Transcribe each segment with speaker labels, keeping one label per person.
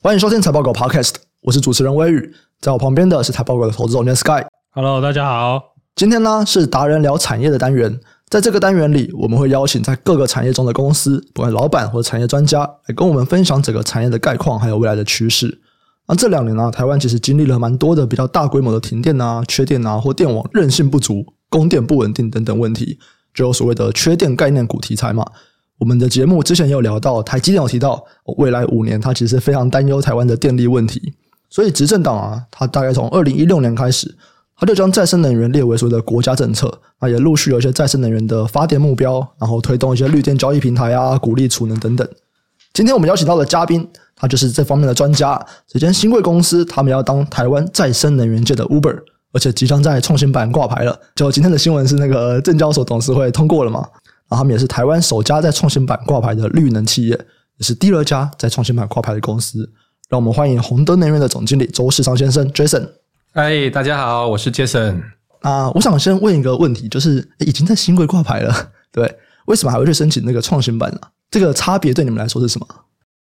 Speaker 1: 欢迎收听财报狗 Podcast，我是主持人微宇，在我旁边的是财报狗的投资总监 Sky。
Speaker 2: Hello，大家好。
Speaker 1: 今天呢是达人聊产业的单元，在这个单元里，我们会邀请在各个产业中的公司，不管老板或产业专家，来跟我们分享整个产业的概况，还有未来的趋势。那这两年呢，台湾其实经历了蛮多的比较大规模的停电啊、缺电啊，或电网韧性不足、供电不稳定等等问题，就有所谓的缺电概念股题材嘛。我们的节目之前也有聊到，台积电有提到呃未来五年，它其实非常担忧台湾的电力问题。所以执政党啊，它大概从二零一六年开始，它就将再生能源列为所谓的国家政策，那也陆续有一些再生能源的发电目标，然后推动一些绿电交易平台啊，鼓励储能等等。今天我们邀请到的嘉宾，他就是这方面的专家。这间新贵公司，他们要当台湾再生能源界的 Uber，而且即将在创新板挂牌了。就今天的新闻是那个证交所董事会通过了嘛？然后他们也是台湾首家在创新板挂牌的绿能企业，也是第二家在创新板挂牌的公司。让我们欢迎红灯能源的总经理周世昌先生 Jason。
Speaker 3: 嗨，大家好，我是 Jason。
Speaker 1: 啊，我想先问一个问题，就是诶已经在新贵挂牌了， 对，为什么还会去申请那个创新板呢、这个差别对你们来说是什么？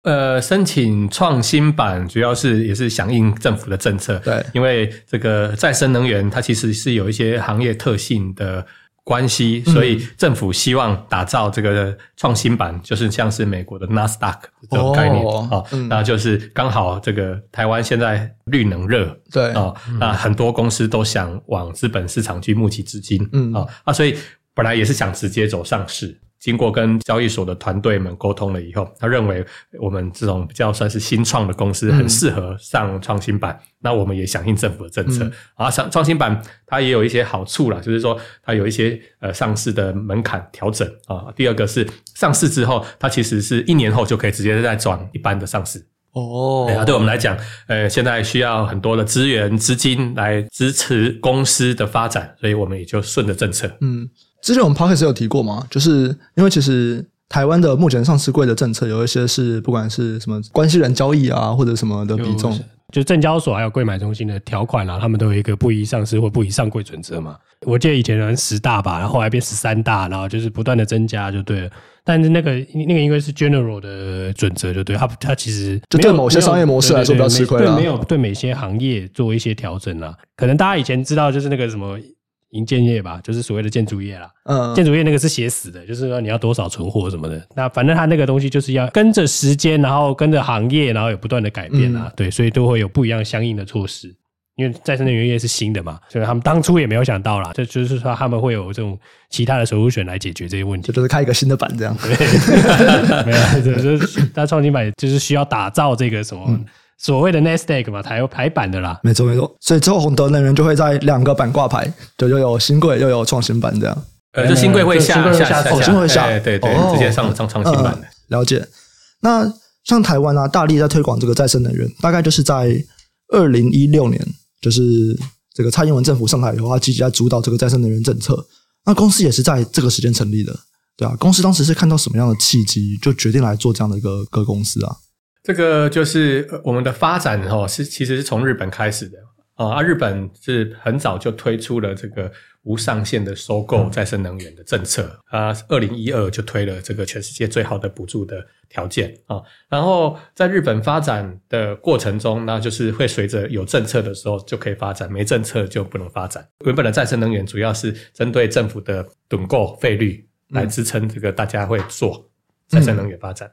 Speaker 3: 呃，申请创新版主要是也是响应政府的政策，
Speaker 1: 对
Speaker 3: 因为这个再生能源它其实是有一些行业特性的关系，
Speaker 1: 嗯
Speaker 3: 所以政府希望打造这个创新版，就是像是美国的 NASDAQ 这种概念
Speaker 1: 哦
Speaker 3: 哦
Speaker 1: 嗯
Speaker 3: 那就是刚好这个台湾现在绿能热，
Speaker 1: 对，嗯
Speaker 3: 哦，那很多公司都想往资本市场去募集资金，
Speaker 1: 嗯
Speaker 3: 啊、啊，所以本来也是想直接走上市。经过跟交易所的团队们沟通了以后，他认为我们这种比较算是新创的公司
Speaker 1: 嗯
Speaker 3: 很适合上创新板。那我们也响应政府的政策
Speaker 1: 嗯
Speaker 3: 啊，上创新板它也有一些好处啦，就是说它有一些呃上市的门槛调整啊。第二个是上市之后，它其实是一年后就可以直接再转一般的上市。
Speaker 1: 哦
Speaker 3: 对啊，对我们来讲，呃，现在需要很多的资源、资金来支持公司的发展，所以我们也就顺着政策。
Speaker 1: 嗯，之前我们 podcast 有提过嘛，就是因为其实台湾的目前上市柜的政策有一些是不管是什么关系人交易啊，或者什么的比重，
Speaker 2: 就证交所还有柜买中心的条款啊，他们都有一个不宜上市或不宜上柜准则嘛。我记得以前好像十大吧，然后后来变十三大，然后就是不断的增加就对了。但是那个那个应该是 general 的准则就对，它它其实
Speaker 1: 就
Speaker 2: 没有
Speaker 1: 对某些
Speaker 2: 没有
Speaker 1: 商业模式来说
Speaker 2: 对对
Speaker 1: 比较吃亏
Speaker 2: 对
Speaker 1: 啦
Speaker 2: 没有对每些行业做一些调整啦。可能大家以前知道就是那个什么营建业吧，就是所谓的建筑业啦。
Speaker 1: 嗯，
Speaker 2: 建筑业那个是写死的，就是说你要多少存货什么的。那反正它那个东西就是要跟着时间，然后跟着行业，然后有不断的改变
Speaker 3: 嗯
Speaker 2: 啊，对，所以都会有不一样相应的措施。因为再生能源业是新的嘛，所以他们当初也没有想到啦，这就是说他们会有这种其他的首选来解决这些问
Speaker 1: 这
Speaker 2: 题。
Speaker 1: 就是开一个新的版这样，
Speaker 2: 没有，对就是它创新版就是需要打造这个什么、
Speaker 3: 嗯
Speaker 2: 所谓的 Nasdaq 嘛，台台版的啦。
Speaker 1: 没错没错。所以之后红德能源就会在两个版挂牌，就又有新贵又有创新版这样。
Speaker 3: 呃，就新贵会
Speaker 2: 新
Speaker 3: 下
Speaker 2: 贵会下
Speaker 3: 下
Speaker 1: 哦嗯新贵会下
Speaker 3: 哎对对，
Speaker 1: 哦
Speaker 3: 直接上上创新版的。
Speaker 1: 嗯了解。那像台湾啊，大力在推广这个再生能源，大概就是在二零一六年，就是这个蔡英文政府上台以后，他积极在主导这个再生能源政策。那公司也是在这个时间成立的，对啊。公司当时是看到什么样的契机，就决定来做这样的一个个公司啊？
Speaker 3: 这个就是呃我们的发展哦，是其实是从日本开始的啊。啊日本是很早就推出了这个无上限的收购再生能源的政策啊，二零一二就推了这个全世界最好的补助的条件啊。然后在日本发展的过程中，那就是会随着有政策的时候就可以发展，没政策就不能发展。原本的再生能源主要是针对政府的趸购费率来支撑这个大家会做再生能源发展。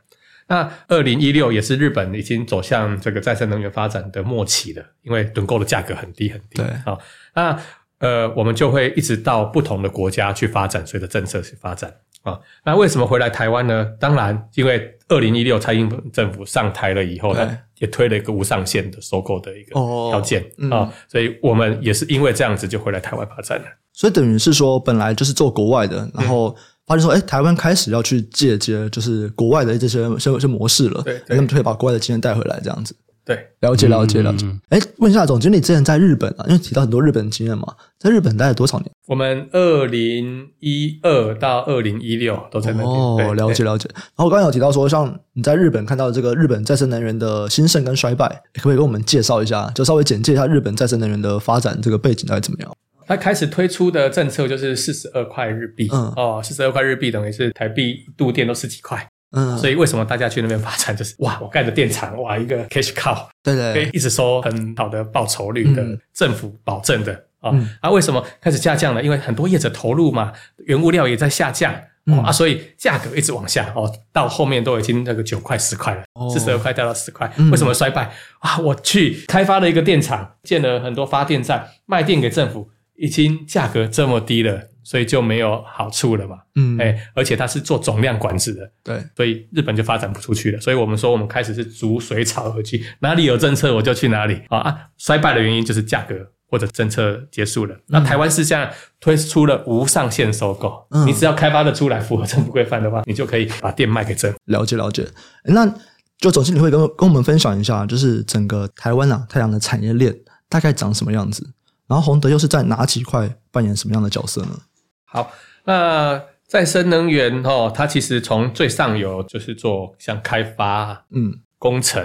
Speaker 3: 那二零一六也是日本已经走向这个再生能源发展的末期了，因为趸购的价格很低很低。
Speaker 1: 对
Speaker 3: 啊、那呃，我们就会一直到不同的国家去发展，随着政策去发展啊、那为什么回来台湾呢？当然，因为二零一六蔡英文政府上台了以后，
Speaker 1: 对
Speaker 3: 他也推了一个无上限的收购的一个
Speaker 1: 哦
Speaker 3: 条件啊、
Speaker 1: 嗯
Speaker 3: 所以我们也是因为这样子就回来台湾发展了。
Speaker 1: 所以等于是说，本来就是做国外的，然后发现说，哎、台湾开始要去借接，就是国外的这些这些模式了，
Speaker 3: 对对
Speaker 1: 那他们就可以把国外的经验带回来，这样子。
Speaker 3: 对，
Speaker 1: 了解了解了
Speaker 3: 嗯
Speaker 1: 解。哎、问一下总经理，之前在日本啊，因为提到很多日本经验嘛，在日本待了多少年？
Speaker 3: 我们二零一二到二零一六都在那边。对
Speaker 1: 哦，了。解
Speaker 3: 对
Speaker 1: 了解。然后我刚刚有提到说，像你在日本看到这个日本再生能源的兴盛跟衰败，可不可以给我们介绍一下？就稍微简介一下日本再生能源的发展这个背景大概怎么样？
Speaker 3: 它开始推出的政策就是四十二块日币，
Speaker 1: 嗯
Speaker 3: 哦，四十二块日币等于是台币一度电都十几块
Speaker 1: 嗯，
Speaker 3: 所以为什么大家去那边发展，就是哇，我盖的电厂，哇，一个 cash cow，
Speaker 1: 对
Speaker 3: 可以
Speaker 1: 对，
Speaker 3: 一直收很好的报酬率的，
Speaker 1: 嗯
Speaker 3: 政府保证的啊、
Speaker 1: 嗯
Speaker 3: 啊，为什么开始下降了？因为很多业者投入嘛，原物料也在下降。
Speaker 1: 嗯
Speaker 3: 哦、啊，所以价格一直往下哦，到后面都已经那个九块十块了
Speaker 1: 哦，
Speaker 3: 四十二块掉到十块
Speaker 1: 嗯，
Speaker 3: 为什么衰败啊？我去开发了一个电厂，建了很多发电站，卖电给政府，已经价格这么低了，所以就没有好处了嘛。
Speaker 1: 嗯，
Speaker 3: 哎、而且它是做总量管制的，
Speaker 1: 对，
Speaker 3: 所以日本就发展不出去了。所以我们说，我们开始是逐水草而居，哪里有政策我就去哪里啊啊！衰败的原因就是价格或者政策结束了。那台湾是这样推出了无上限收购，
Speaker 1: 嗯
Speaker 3: 你只要开发的出来符合政府规范的话，你就可以把店卖给政府。
Speaker 1: 了解了解。诶那就总经理会跟我跟我们分享一下，就是整个台湾啊太阳的产业链大概长什么样子，然后洪德又是在哪几块扮演什么样的角色呢？
Speaker 3: 好，那。再生能源哦，它其实从最上游就是做像开发
Speaker 1: 嗯，
Speaker 3: 工程，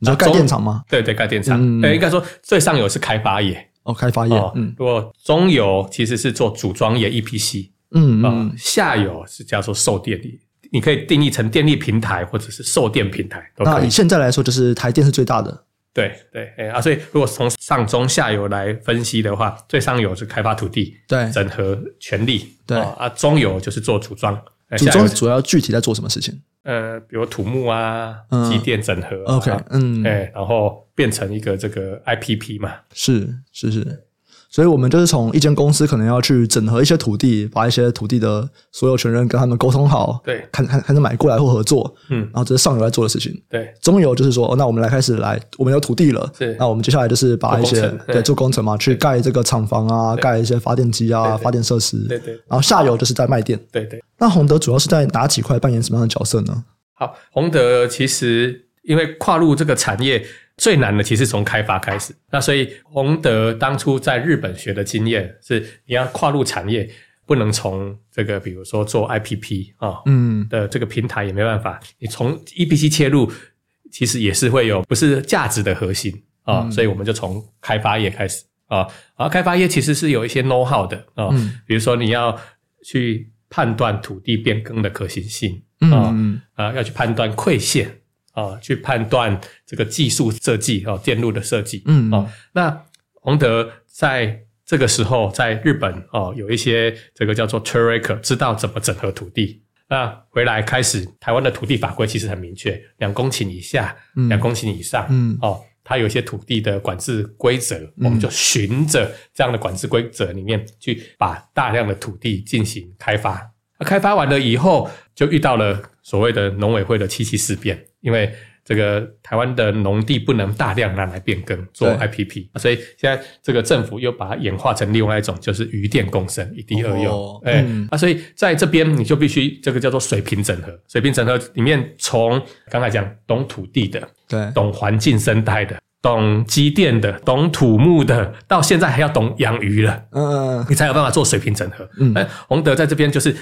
Speaker 1: 你说
Speaker 3: 啊
Speaker 1: 盖
Speaker 3: 中
Speaker 1: 电厂吗？
Speaker 3: 对对，盖电厂，
Speaker 1: 嗯
Speaker 3: 对，应该说最上游是开发业，
Speaker 1: 哦，开发业，
Speaker 3: 哦，
Speaker 1: 嗯
Speaker 3: 如果中游其实是做组装业 E EPC
Speaker 1: 嗯
Speaker 3: 啊、
Speaker 1: 嗯，
Speaker 3: 下游是叫做售电力，你可以定义成电力平台或者是售电平台都
Speaker 1: 那
Speaker 3: 可以
Speaker 1: 以。现在来说，就是台电是最大的，
Speaker 3: 对对，哎啊，所以如果从上中下游来分析的话，最上游是开发土地，
Speaker 1: 对
Speaker 3: 整合权利，
Speaker 1: 对
Speaker 3: 哦啊，中游就是做组装，哎
Speaker 1: 组
Speaker 3: 下游
Speaker 1: 装
Speaker 3: 是
Speaker 1: 主要具体在做什么事情
Speaker 3: 呃，比如土木啊
Speaker 1: 嗯，
Speaker 3: 机电整合啊、
Speaker 1: ？OK，嗯，
Speaker 3: 哎，然后变成一个这个 IPP 嘛，
Speaker 1: 是是是，所以我们就是从一间公司可能要去整合一些土地，把一些土地的所有权人跟他们沟通好，
Speaker 3: 对
Speaker 1: 看看看是买过来或合作，
Speaker 3: 嗯，
Speaker 1: 然后这是上游在做的事情。
Speaker 3: 对，
Speaker 1: 中游就是说，哦，那我们来开始来，我们有土地了
Speaker 3: 是，
Speaker 1: 那我们接下来就是把一些
Speaker 3: 做工程
Speaker 1: 对
Speaker 3: 对
Speaker 1: 做工程嘛，去盖这个厂房啊，盖一些发电机啊，
Speaker 3: 对对
Speaker 1: 发电设施，
Speaker 3: 对对
Speaker 1: 然后下游就是在卖电。
Speaker 3: 对对。
Speaker 1: 那洪德主要是在哪几块扮演什么样的角色呢？
Speaker 3: 好，洪德其实因为跨入这个产业最难的，其实从开发开始。那所以洪德当初在日本学的经验是，你要跨入产业，不能从这个比如说做 IPP 啊、
Speaker 1: 嗯，
Speaker 3: 的这个平台也没办法，你从 EPC 切入，其实也是会有不是价值的核心啊、
Speaker 1: 嗯
Speaker 3: 所以我们就从开发业开始啊，然后开发业其实是有一些 know how 的啊、
Speaker 1: 嗯
Speaker 3: 比如说你要去判断土地变更的可行性
Speaker 1: 嗯
Speaker 3: 啊。
Speaker 1: 嗯
Speaker 3: 啊、要去判断馈线啊、去判断这个技术设计哦，电路的设计。
Speaker 1: 嗯
Speaker 3: 哦，那洪德在这个时候在日本哦，有一些这个叫做 t u r e k 知道怎么整合土地。那回来开始，台湾的土地法规其实很明确，两公顷以下
Speaker 1: 嗯，
Speaker 3: 两公顷以上，
Speaker 1: 嗯
Speaker 3: 哦，它有一些土地的管制规则，我们就循着这样的管制规则里面去，把大量的土地进行开发。那开发完了以后，就遇到了所谓的农委会的七七事变，因为这个台湾的农地不能大量拿来变更做
Speaker 1: 对
Speaker 3: IPP，所以现在这个政府又把它演化成另外一种，就是余电共生，一地二
Speaker 1: 哦
Speaker 3: 用，哎、
Speaker 1: 嗯
Speaker 3: 啊，所以在这边你就必须这个叫做水平整合，水平整合里面从刚才讲懂土地的，
Speaker 1: 对，
Speaker 3: 懂环境生态的，懂机电的，懂土木的，到现在还要懂养鱼了，
Speaker 1: 嗯
Speaker 3: 你才有办法做水平整合。
Speaker 1: 嗯
Speaker 3: 哎，洪德在这边就是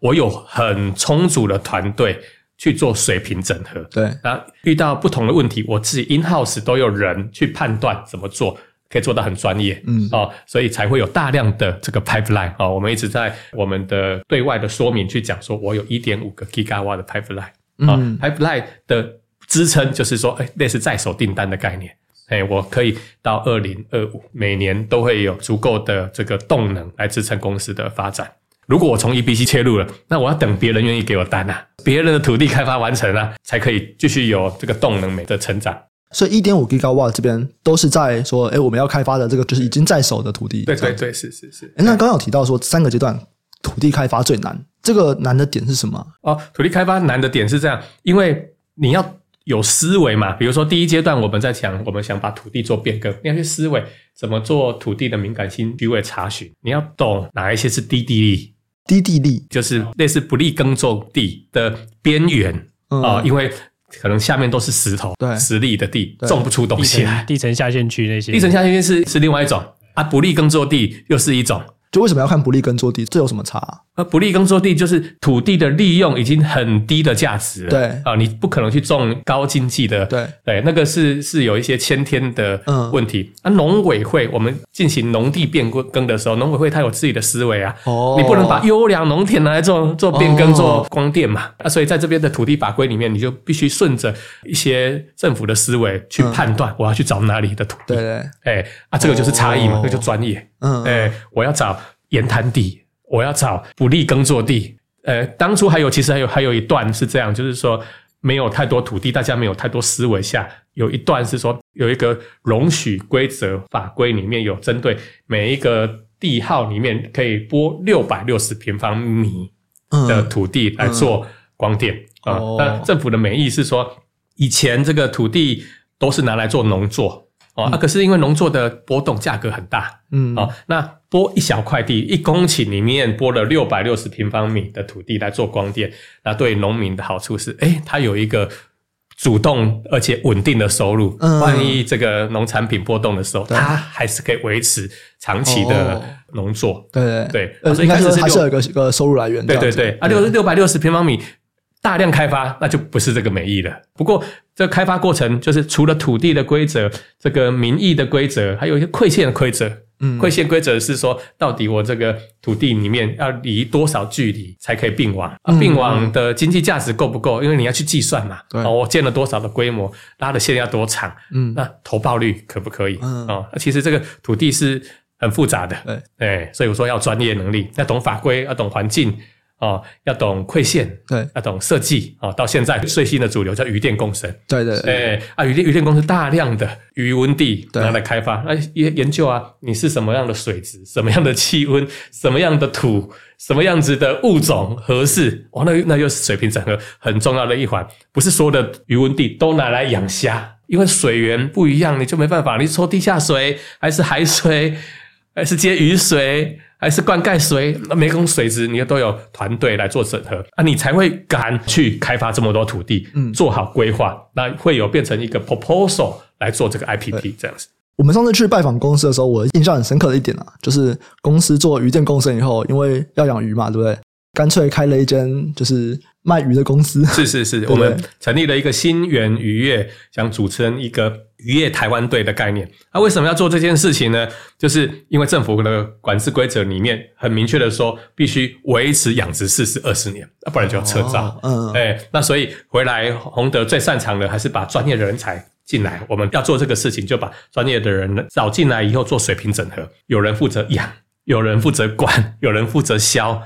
Speaker 3: 我有很充足的团队去做水平整合，
Speaker 1: 对，
Speaker 3: 然后遇到不同的问题，我自己 in house 都有人去判断怎么做。可以做到很专业，
Speaker 1: 嗯
Speaker 3: 哦，所以才会有大量的这个 pipeline 哦。我们一直在我们的对外的说明去讲说，我有一点五个 gigawatt 的 pipeline，啊、
Speaker 1: 嗯
Speaker 3: p i p e l i n e 的支撑就是说，哎，类似在手订单的概念，哎，我可以到二零二五每年都会有足够的这个动能来支撑公司的发展。如果我从 EBC 切入了，那我要等别人愿意给我单啊，别人的土地开发完成啊，才可以继续有这个动能美的成长。
Speaker 1: 所以一点五 g i g a w a 这边都是在说，哎，我们要开发的这个就是已经在手的土地。
Speaker 3: 对
Speaker 1: 这
Speaker 3: 对
Speaker 1: 样
Speaker 3: 对，是是是。
Speaker 1: 诶那刚刚有提到说三个阶段土地开发最难，这个难的点是什么？
Speaker 3: 哦，土地开发难的点是这样，因为你要有思维嘛。比如说第一阶段我们在讲，我们想把土地做变更，你要去思维怎么做土地的敏感性区位查询，你要懂哪一些是低地力，
Speaker 1: 低地力，
Speaker 3: 就是类似不利耕种地的边缘
Speaker 1: 嗯，
Speaker 3: 啊、因为可能下面都是石头
Speaker 1: 对、
Speaker 3: 石砾的地，
Speaker 1: 对
Speaker 3: 种不出东
Speaker 2: 地
Speaker 3: 西啊来
Speaker 2: 层。地层下陷区那些
Speaker 3: 地层下陷是是另外一种啊，不利耕作地又是一种。
Speaker 1: 就为什么要看不利跟坐地，这有什么差啊、
Speaker 3: 啊，不利耕作地就是土地的利用已经很低的价值了，
Speaker 1: 对
Speaker 3: 啊，你不可能去种高经济的，
Speaker 1: 对
Speaker 3: 对，那个是是有一些先天的
Speaker 1: 嗯
Speaker 3: 问题。啊，农委会我们进行农地变更更的时候，农委会它有自己的思维啊，
Speaker 1: 哦
Speaker 3: 你不能把优良农田拿来做做变
Speaker 1: 哦
Speaker 3: 更、做光电嘛，啊，所以在这边的土地法规里面，你就必须顺着一些政府的思维去判断，我要去找哪里的土
Speaker 1: 嗯
Speaker 3: 地
Speaker 1: 对，对，
Speaker 3: 哎、啊，这个就是差异嘛，
Speaker 1: 哦
Speaker 3: 这个就专业。
Speaker 1: 嗯，
Speaker 3: 哎、我要找盐滩地，我要找不利耕作地。呃，当初还有，其实还有还有一段是这样，就是说没有太多土地，大家没有太多思维下，有一段是说有一个容许规则法规里面有针对每一个地号里面可以拨六百六十平方米的
Speaker 1: 嗯，
Speaker 3: 土地来做光电啊
Speaker 1: 哦。
Speaker 3: 那政府的美意是说，以前这个土地都是拿来做农作哦，啊，可是因为农作的波动价格很大，
Speaker 1: 嗯，
Speaker 3: 哦，那拨一小块地，一公顷里面拨了六百六十平方米的土地来做光电，那对农民的好处是，哎，它有一个主动而且稳定的收入。
Speaker 1: 嗯
Speaker 3: 万一这个农产品波动的时候，
Speaker 1: 对
Speaker 3: 它还是可以维持长期
Speaker 1: 哦
Speaker 3: 的农作。
Speaker 1: 对
Speaker 3: 对
Speaker 1: 呃
Speaker 3: 啊所以
Speaker 1: 应该
Speaker 3: 开始
Speaker 1: 说
Speaker 3: 是
Speaker 1: 还是
Speaker 3: 六
Speaker 1: 有一个一个收入来源，
Speaker 3: 对对
Speaker 1: 这样
Speaker 3: 对
Speaker 1: 子，嗯
Speaker 3: 啊，六六百六十平方米大量开发，那就不是这个美意了。不过，这开发过程就是除了土地的规则、这个民意的规则，还有一些馈线的规则。
Speaker 1: 嗯
Speaker 3: 馈线规则是说，到底我这个土地里面要离多少距离才可以并网？啊
Speaker 1: 嗯，
Speaker 3: 并网的经济价值够不够？因为你要去计算嘛。
Speaker 1: 对
Speaker 3: 哦，我建了多少的规模，拉的线要多长？
Speaker 1: 嗯，
Speaker 3: 那投报率可不可以？
Speaker 1: 嗯
Speaker 3: 哦，那其实这个土地是很复杂的，
Speaker 1: 对
Speaker 3: 哎，所以我说要专业能力，要懂法规，要懂环境，哦，要懂馈线，
Speaker 1: 对
Speaker 3: 要懂设计，哦，到现在最新的主流叫鱼电共生，
Speaker 1: 对对对，
Speaker 3: 哎啊，鱼电鱼电共生大量的余温地
Speaker 1: 对
Speaker 3: 拿来开发，那研研究啊，你是什么样的水质，什么样的气温，什么样的土，什么样子的物种合适，哇，那那又是水平整合很重要的一环，不是所有的余温地都拿来养虾，因为水源不一样，你就没办法，你抽地下水还是海水，还是接雨水。还是灌溉水，那每种水质你都有团队来做整合啊，你才会敢去开发这么多土地，
Speaker 1: 嗯
Speaker 3: 做好规划，那会有变成一个 proposal 来做这个 IPP 这样子。
Speaker 1: 我们上次去拜访公司的时候，我印象很深刻的一点啊，就是公司做鱼店共生以后，因为要养鱼嘛，对不对？干脆开了一间就是卖鱼的公司，
Speaker 3: 是是是，
Speaker 1: 对
Speaker 3: 我们成立了一个新源渔业，想组成一个渔业台湾队的概念。那、为什么要做这件事情呢？就是因为政府的管制规则里面很明确的说，必须维持养殖四十二十年，啊不然就要撤照。
Speaker 1: 哦嗯，
Speaker 3: 哎、那所以回来洪德最擅长的还是把专业的人才进来。我们要做这个事情，就把专业的人找进来以后做水平整合，有人负责养，有人负责管，有人负责销。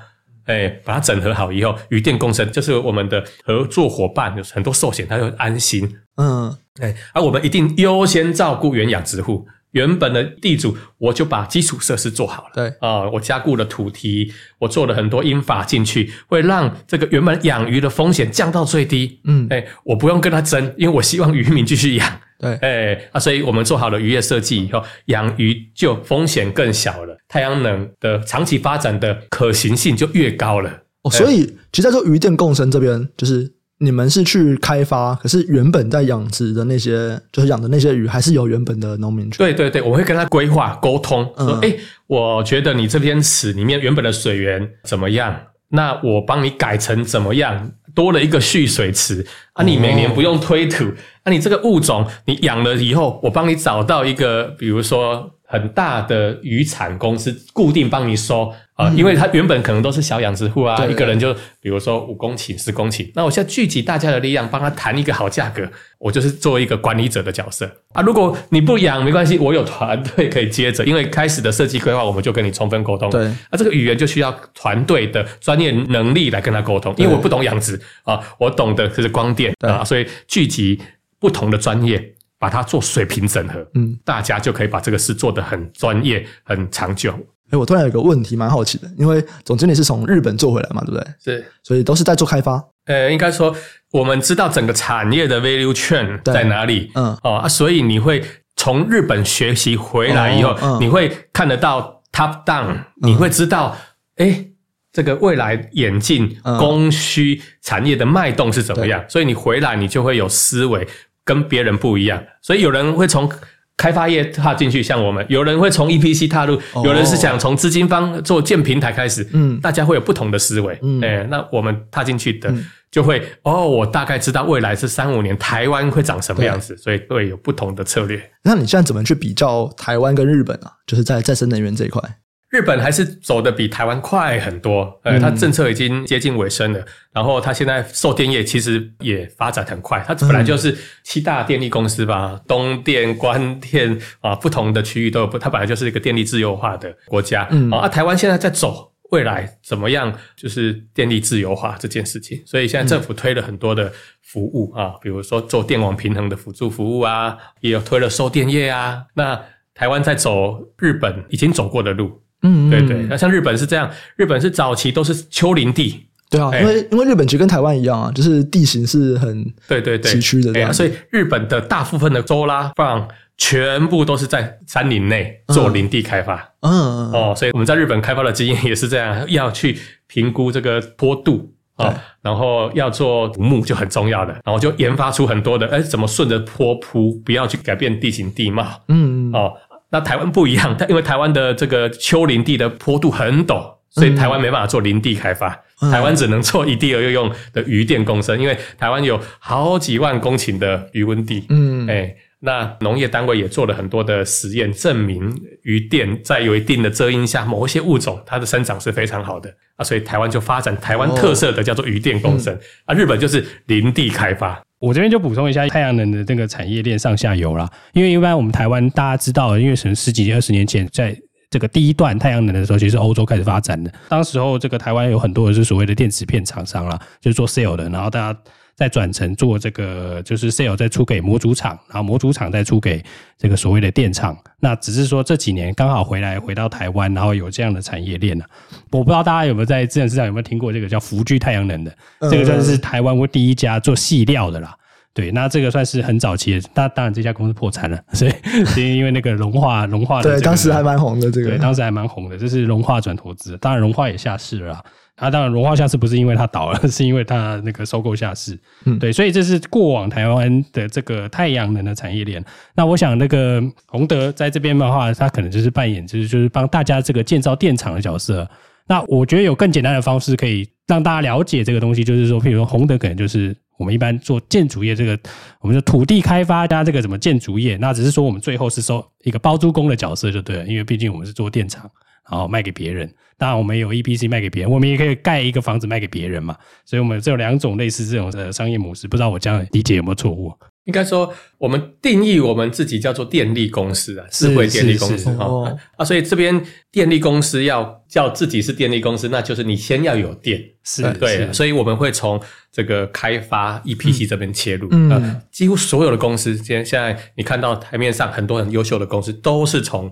Speaker 3: 哎，把它整合好以后，鱼电共生就是我们的合作伙伴，有很多寿险，他就安心。
Speaker 1: 嗯，
Speaker 3: 哎，而我们一定优先照顾原养殖户，原本的地主，我就把基础设施做好了。
Speaker 1: 对，
Speaker 3: 啊、我加固了土堤，我做了很多英法进去，会让这个原本养鱼的风险降到最低。
Speaker 1: 嗯，
Speaker 3: 哎，我不用跟他争，因为我希望渔民继续养。
Speaker 1: 对，
Speaker 3: 哎，啊，所以我们做好了渔业设计以后，养鱼就风险更小了，太阳能的长期发展的可行性就越高了。
Speaker 1: 哦，所以其实在做鱼店共生这边，就是你们是去开发，可是原本在养殖的那些，就是养的那些鱼，还是由原本的农民去，
Speaker 3: 对对对，我会跟他规划沟通，说
Speaker 1: 嗯：
Speaker 3: 哎、我觉得你这边池里面原本的水源怎么样？那我帮你改成怎么样？多了一个蓄水池
Speaker 1: 哦
Speaker 3: 啊，你每年不用推土、啊，你这个物种你养了以后，我帮你找到一个，比如说很大的渔产公司固定帮你收啊，因为它原本可能都是小养殖户啊，
Speaker 1: 嗯对
Speaker 3: 一个人就比如说五公顷、十公顷，那我现在聚集大家的力量，帮他谈一个好价格，我就是做一个管理者的角色啊。如果你不养没关系，我有团队可以接着，因为开始的设计规划我们就跟你充分沟通，
Speaker 1: 对，
Speaker 3: 那、这个语言就需要团队的专业能力来跟他沟通，因为我不懂养殖啊，我懂的就是光电
Speaker 1: 对
Speaker 3: 啊，所以聚集不同的专业，把它做水平整合，
Speaker 1: 嗯。
Speaker 3: 大家就可以把这个事做得很专业、很长久。
Speaker 1: 哎、我突然有个问题，蛮好奇的，因为总经理是从日本做回来嘛，对不对？
Speaker 3: 是，
Speaker 1: 所以都是在做开发，
Speaker 3: 呃，应该说我们知道整个产业的 value chain
Speaker 1: 对
Speaker 3: 在哪里，
Speaker 1: 嗯
Speaker 3: 哦啊，所以你会从日本学习回来以后，
Speaker 1: 哦嗯
Speaker 3: 你会看得到 top down，、你会知道，哎。这个未来眼镜
Speaker 1: 嗯
Speaker 3: 供需产业的脉动是怎么样？所以你回来你就会有思维，跟别人不一样。所以有人会从开发业踏进去，像我们有人会从 EPC 踏入，
Speaker 1: 哦
Speaker 3: 有人是想从资金方做建平台开始，
Speaker 1: 嗯
Speaker 3: 大家会有不同的思维，
Speaker 1: 嗯
Speaker 3: 哎，那我们踏进去的就会，哦，我大概知道未来是三五年台湾会长什么样子，所以会有不同的策略。
Speaker 1: 那你现在怎么去比较台湾跟日本啊？就是在再生能源这一块，
Speaker 3: 日本还是走得比台湾快很多，呃，它政策已经接近尾声了，然后它现在售电业其实也发展很快，它本来就是七大电力公司吧，东电、关电啊，不同的区域都有不，它本来就是一个电力自由化的国家，
Speaker 1: 嗯
Speaker 3: 啊，台湾现在在走。未来怎么样？就是电力自由化这件事情，所以现在政府推了很多的服务啊，比如说做电网平衡的辅助服务啊，也有推了售电业啊。那台湾在走日本已经走过的路，
Speaker 1: 嗯
Speaker 3: 对对，那像日本是这样，日本是早期都是丘陵地，
Speaker 1: 对啊，
Speaker 3: 哎
Speaker 1: 因为因为日本其实跟台湾一样啊，就是地形是很
Speaker 3: 对对对，
Speaker 1: 崎岖的这
Speaker 3: 哎
Speaker 1: 样，
Speaker 3: 所以日本的大部分的州啦、放全部都是在山林内做林地开发、
Speaker 1: 嗯
Speaker 3: 哦，所以我们在日本开发的经验也是这样，要去评估这个坡度。哦
Speaker 1: 对，
Speaker 3: 然后要做土木就很重要的，然后就研发出很多的，哎，怎么顺着坡铺，不要去改变地形地貌，
Speaker 1: 嗯
Speaker 3: 哦，那台湾不一样，它因为台湾的这个丘陵地的坡度很陡，所以台湾没办法做林地开发，
Speaker 1: 嗯
Speaker 3: 台湾只能做一地而又用的余电共生，因为台湾有好几万公顷的余温地，
Speaker 1: 嗯
Speaker 3: 哎、那农业单位也做了很多的实验，证明余电在有一定的遮阴下，某一些物种它的生长是非常好的啊，所以台湾就发展台
Speaker 1: 哦
Speaker 3: 湾特色的叫做余电共
Speaker 1: 嗯
Speaker 3: 生、啊，日本就是林地开发，
Speaker 2: 我这边就补充一下太阳能的这个产业链上下游啦，因为一般我们台湾大家知道，因为可能十几年、二十年前在。这个第一段太阳能的时候，其实是欧洲开始发展的。当时候，这个台湾有很多的是所谓的电池片厂商啦，就是做 sale 的，然后大家再转成做这个，就是 sale 再出给模组厂，然后模组厂再出给这个所谓的电厂。那只是说这几年刚好回来回到台湾，然后有这样的产业链啊呢、我不知道大家有没有在资本市场有没有听过这个叫福聚太阳能的，
Speaker 1: 嗯
Speaker 2: 这个算是台湾第一家做细料的啦。对，那这个算是很早期的，那当然这家公司破产了，所以 是因为那个融化融
Speaker 3: 啊
Speaker 2: 化的这
Speaker 1: 对，
Speaker 2: 个
Speaker 1: 当时还蛮红的这
Speaker 2: 对，
Speaker 1: 个，
Speaker 2: 当时还蛮红的，这是融化转投资。当然，融化也下市了啊。啊，当然，融化下市不是因为它倒了， 是因为它那个收购下市。
Speaker 1: 嗯
Speaker 2: 对，所以这是过往台湾的这个太阳能的产业链。那我想，那个洪德在这边的话，他可能就是扮演就是就是帮大家这个建造电厂的角色。那我觉得有更简单的方式可以让大家了解这个东西，就是说，譬如说洪德可能就是我们一般做建筑业这个，我们说土地开发加这个什么建筑业，那只是说我们最后是收一个包租公的角色就对了，因为毕竟我们是做电厂，然后卖给别人。当然我们也有 EPC 卖给别人，我们也可以盖一个房子卖给别人嘛。所以我们这有两种类似这种的商业模式，不知道我这样理解有没有错误？啊
Speaker 3: 应该说，我们定义我们自己叫做电力公司啊，
Speaker 2: 是
Speaker 3: 智慧电力公
Speaker 2: 是
Speaker 3: 司
Speaker 2: 是
Speaker 3: 哈、
Speaker 1: 哦
Speaker 3: 啊，所以这边电力公司要叫自己是电力公司，那就是你先要有电，啊
Speaker 2: 是
Speaker 3: 对，所以我们会从这个开发 EPC 这边切入，
Speaker 1: 嗯
Speaker 3: 呃，几乎所有的公司，现现在你看到台面上很多很优秀的公司，都是从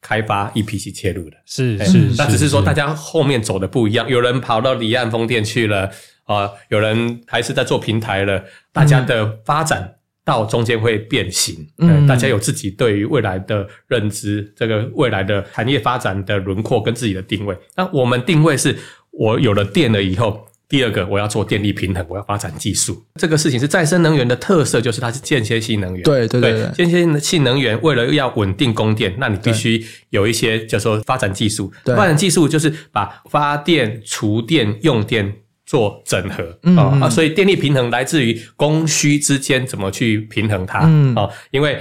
Speaker 3: 开发 EPC 切入的。
Speaker 2: 是
Speaker 3: 哎
Speaker 2: 是，
Speaker 3: 那只是说大家后面走的不一样，有人跑到离岸风电去了啊、有人还是在做平台了，大家的发展到中间会变形，
Speaker 1: 嗯
Speaker 3: 嗯，大家有自己对于未来的认知，这个未来的产业发展的轮廓跟自己的定位。那我们定位是我有了电了以后。第二个，我要做电力平衡，我要发展技术。这个事情是再生能源的特色，就是它是间歇性能源。
Speaker 1: 对对对对
Speaker 3: 间歇性能源为了要稳定供电，那你必须有一些叫做发展技术。
Speaker 1: 对
Speaker 3: 发展技术就是把发电、储电、用电做整合啊、
Speaker 1: 嗯
Speaker 3: 哦啊，所以电力平衡来自于供需之间怎么去平衡它啊、
Speaker 1: 嗯
Speaker 3: 哦，因为。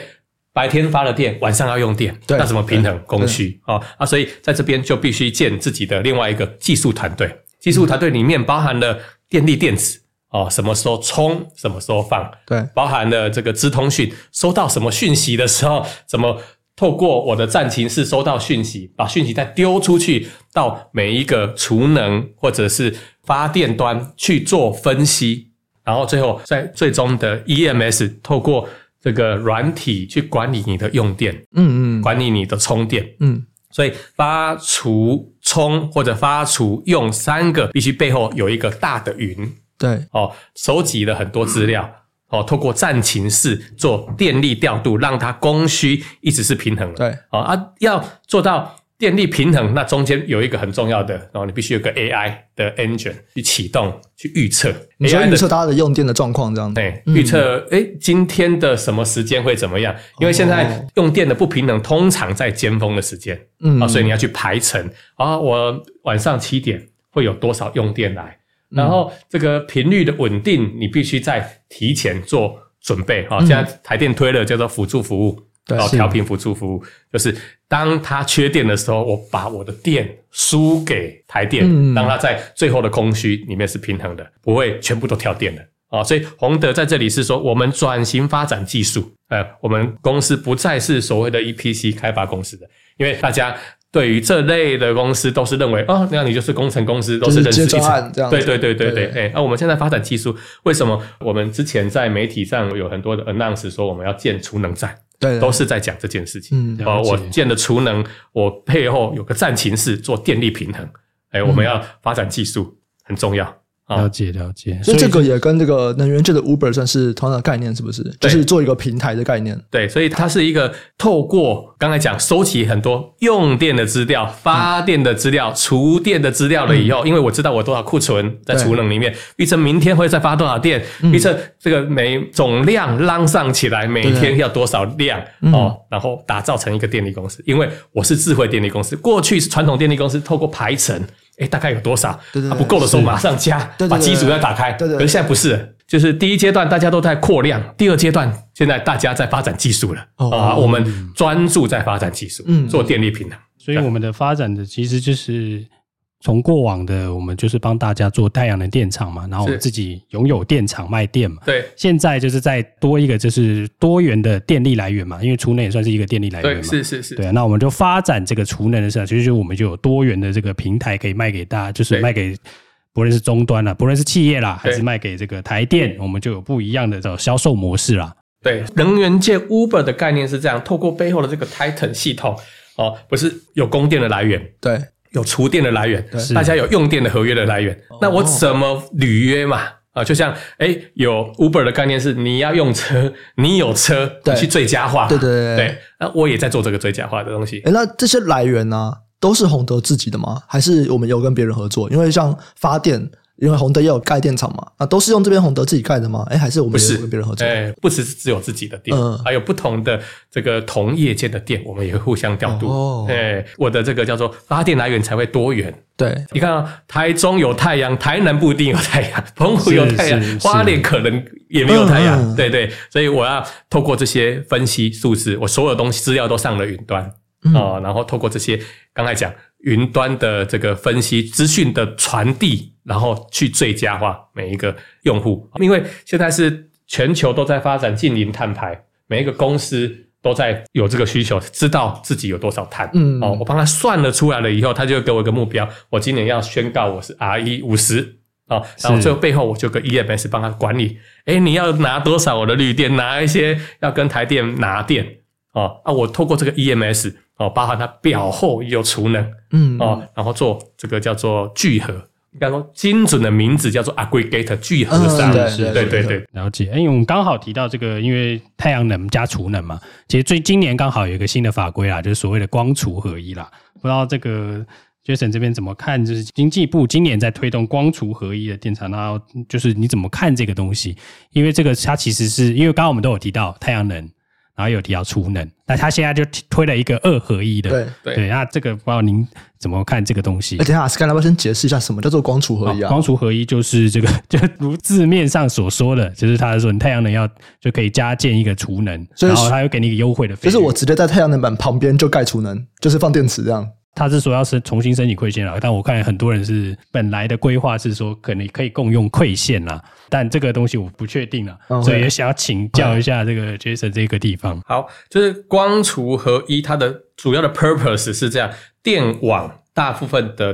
Speaker 3: 白天发了电，晚上要用电，
Speaker 1: 对
Speaker 3: 那怎么平衡供需哦啊？所以在这边就必须建自己的另外一个技术团
Speaker 1: 嗯
Speaker 3: 队。技术团队里面包含了电力电子哦，什么时候充，什么时候放，
Speaker 1: 对，
Speaker 3: 包含了这个资通讯，收到什么讯息的时候，怎么透过我的战情室收到讯息，把讯息再丢出去到每一个储能或者是发电端去做分析，然后最后在最终的 EMS 透过这个软体去管理你的用电，
Speaker 1: 嗯嗯
Speaker 3: 管理你的充电。
Speaker 1: 嗯，
Speaker 3: 所以发、除、充或者发、除、用三个必须背后有一个大的云，
Speaker 1: 对，
Speaker 3: 哦，收集了很多资料，哦，透过战情室做电力调度，让它供需一直是平衡的。
Speaker 1: 对，
Speaker 3: 哦啊，要做到电力平衡，那中间有一个很重要的，然后你必须有个 AI 的 engine 去启动、去预测
Speaker 1: 你说
Speaker 3: AI
Speaker 1: 预
Speaker 3: 的
Speaker 1: 测大家的用电的嗯状况这样子，
Speaker 3: 对，预测哎，诶今天的什么时间会怎么样？因为现在
Speaker 1: 哦
Speaker 3: 用电的不平衡通常在尖峰的时间，
Speaker 1: 嗯
Speaker 3: 啊，所以你要去排程啊，我晚上七点会有多少用电来？
Speaker 1: 嗯
Speaker 3: 然后这个频率的稳定，你必须在提前做准备啊。现在台电推了叫做辅助服务，
Speaker 1: 嗯对
Speaker 3: 哦，
Speaker 1: 是
Speaker 3: 调频辅助服务，就是当它缺电的时候，我把我的电输给台电，
Speaker 1: 嗯
Speaker 3: 让它在最后的空虚里面是平衡的，不会全部都跳电的。啊、所以洪德在这里是说，我们转型发展技术，呃，我们公司不再是所谓的 EPC 开发公司的，因为大家对于这类的公司都是认为，哦，那你就是工程公司，都是
Speaker 1: 就
Speaker 3: 认
Speaker 1: 是
Speaker 3: 识
Speaker 1: 接
Speaker 3: 一
Speaker 1: 专
Speaker 3: 层
Speaker 1: 案这样子
Speaker 3: 对对对对
Speaker 1: 对
Speaker 3: 对，哎，那、我们现在发展技术，为什么我们之前在媒体上有很多的 announce 说我们要建储能站，
Speaker 1: 对，
Speaker 3: 都是在讲这件事情。
Speaker 1: 嗯
Speaker 3: 哦，
Speaker 2: 了解
Speaker 3: 我建的储能，我背后有个战情室做电力平衡，哎，我
Speaker 2: 嗯
Speaker 3: 们要发展技术很重要。啊
Speaker 2: 了解了解，
Speaker 1: 所
Speaker 2: 所
Speaker 1: 以
Speaker 2: 以
Speaker 1: 这个也跟这个能源界的 Uber 算是同样的概念，是不是？就是做一个平台的概念。
Speaker 3: 对，所以它是一个透过刚才讲收集很多用电的资料、发电的资料、储电的资料了以后，因为我知道我多少库存
Speaker 1: 嗯对
Speaker 3: 在
Speaker 1: 嗯
Speaker 3: 储能里面，预测明天会再发多少电，预测这个每总量拉上起来，每
Speaker 1: 对
Speaker 3: 天要多少量
Speaker 1: 嗯
Speaker 3: 哦，然后打造成一个电力公司。因为我是智慧电力公司，过去是传统电力公司透过排程，哎，大概有多少？
Speaker 1: 对对
Speaker 3: 啊
Speaker 1: 对
Speaker 3: 不够的时候马上加，
Speaker 1: 对对
Speaker 3: 把
Speaker 1: 对
Speaker 3: 机
Speaker 1: 对
Speaker 3: 组要
Speaker 1: 对
Speaker 3: 打开。
Speaker 1: 对对
Speaker 3: 可是现在不是，就是第一阶段大家都在扩量，第二阶段现在大家在发展技术了
Speaker 1: 哦
Speaker 3: 啊，我们专注在发展技术，
Speaker 1: 嗯
Speaker 3: 做电力平衡。
Speaker 2: 所以我们的发展的其实就是从过往的我们就是帮大家做太阳能电厂嘛，然后我们
Speaker 3: 是
Speaker 2: 自己拥有电厂卖电嘛。
Speaker 3: 对
Speaker 2: 现在就是再多一个就是多元的电力来源嘛，因为储能也算是一个电力来源
Speaker 3: 对，
Speaker 2: 嘛。
Speaker 3: 是是是，
Speaker 2: 对啊，那我们就发展这个储能的市场，其实就我们就有多元的这个平台可以卖给大家，就是
Speaker 3: 对
Speaker 2: 卖给不论是终端啊啦，不论是企业啦，还
Speaker 3: 对
Speaker 2: 是卖给这个台电，我们就有不一样的这种销售模式啦。
Speaker 3: 对，能源界 Uber 的概念是这样，透过背后的这个 Titan 系统哦，不是有供电的来源，
Speaker 1: 对，
Speaker 3: 有厨电的来源
Speaker 1: 对，哦
Speaker 3: 大家有用电的合约的来源，那我怎么履约嘛？啊，就像哎，有 Uber 的概念是你要用车，你有车，
Speaker 1: 对
Speaker 3: 你去最佳化嘛，
Speaker 1: 对对对对
Speaker 3: 对。那我也在做这个最佳化的东西，
Speaker 1: 哎，那这些来源呢、都是宏德自己的吗？还是我们有跟别人合作？因为像发电，因为宏德也有盖电厂嘛，那都是用这边宏德自己盖的吗？哎，还是我
Speaker 3: 不
Speaker 1: 们也
Speaker 3: 是
Speaker 1: 有跟别人合作？
Speaker 3: 哎，不只是只有自己的店，
Speaker 1: 嗯
Speaker 3: 还有不同的这个同业间的店，我们也会互相调度。
Speaker 1: 哦
Speaker 3: 哎，我的这个叫做发电来源才会多元。
Speaker 1: 对，
Speaker 3: 你看、啊，台中有太阳，台南不一定有太 阳，澎湖有太阳
Speaker 2: 是是，
Speaker 3: 花莲可能也没有太阳。
Speaker 1: 嗯嗯
Speaker 3: 对对，所以我要透过这些分析数字，我所有东西资料都上了云端啊、
Speaker 1: 嗯
Speaker 3: 哦然后透过这些刚才讲云端的这个分析资讯的传递，然后去最佳化每一个用户，因为现在是全球都在发展近零碳排，每一个公司。都在有这个需求，知道自己有多少碳，
Speaker 1: 嗯
Speaker 3: 哦，我帮他算了出来了以后，他就给我一个目标，我今年要宣告我是 R 一五十啊，然后
Speaker 2: 是
Speaker 3: 最后背后我就有个 EMS 帮他管理，哎，你要拿多少我的绿电，拿一些要跟台电拿电哦，啊，我透过这个 EMS 哦，包含它表后也有储能
Speaker 1: 嗯，
Speaker 3: 哦，然后做这个叫做聚合，应该说精准的名字叫做 aggregate 聚合
Speaker 1: 嗯
Speaker 3: 商，
Speaker 1: 对
Speaker 3: 对
Speaker 1: 对
Speaker 3: 对对
Speaker 2: 了解，哎因为我们刚好提到这个，因为太阳能加储能嘛，其实最今年刚好有一个新的法规啦，就是所谓的光储合一啦。不知道这个 Jason 这边怎么看？就是经济部今年在推动光储合一的电厂，然后就是你怎么看这个东西？因为这个它其实是因为刚刚我们都有提到太阳能，然后有提到储能，那它现在就推了一个二合一的。
Speaker 1: 对。
Speaker 3: 对
Speaker 2: 那这个不知道您怎么看这个东西
Speaker 1: 哎，？等一下，Sky 要不要先解释一下什么叫做光储合一
Speaker 2: 哦
Speaker 1: 啊？
Speaker 2: 光储合一就是这个， 就如字面上所说的，就是他说你太阳能要就可以加建一个储能，
Speaker 1: 所以
Speaker 2: 然
Speaker 1: 是
Speaker 2: 后他又给你一个优惠的费
Speaker 1: 就
Speaker 2: 用。
Speaker 1: 是我直接在太阳能板旁边就盖储能，就是放电池这样。
Speaker 2: 他是说要是重新申请馈线啦，但我看很多人是本来的规划是说可能可以共用馈线啦，但这个东西我不确定啦，
Speaker 1: 嗯
Speaker 2: 所以也想要请教一下这个 Jason 这个地方。
Speaker 3: 好，就是光储合一，它的主要的 purpose 是这样：电网大部分的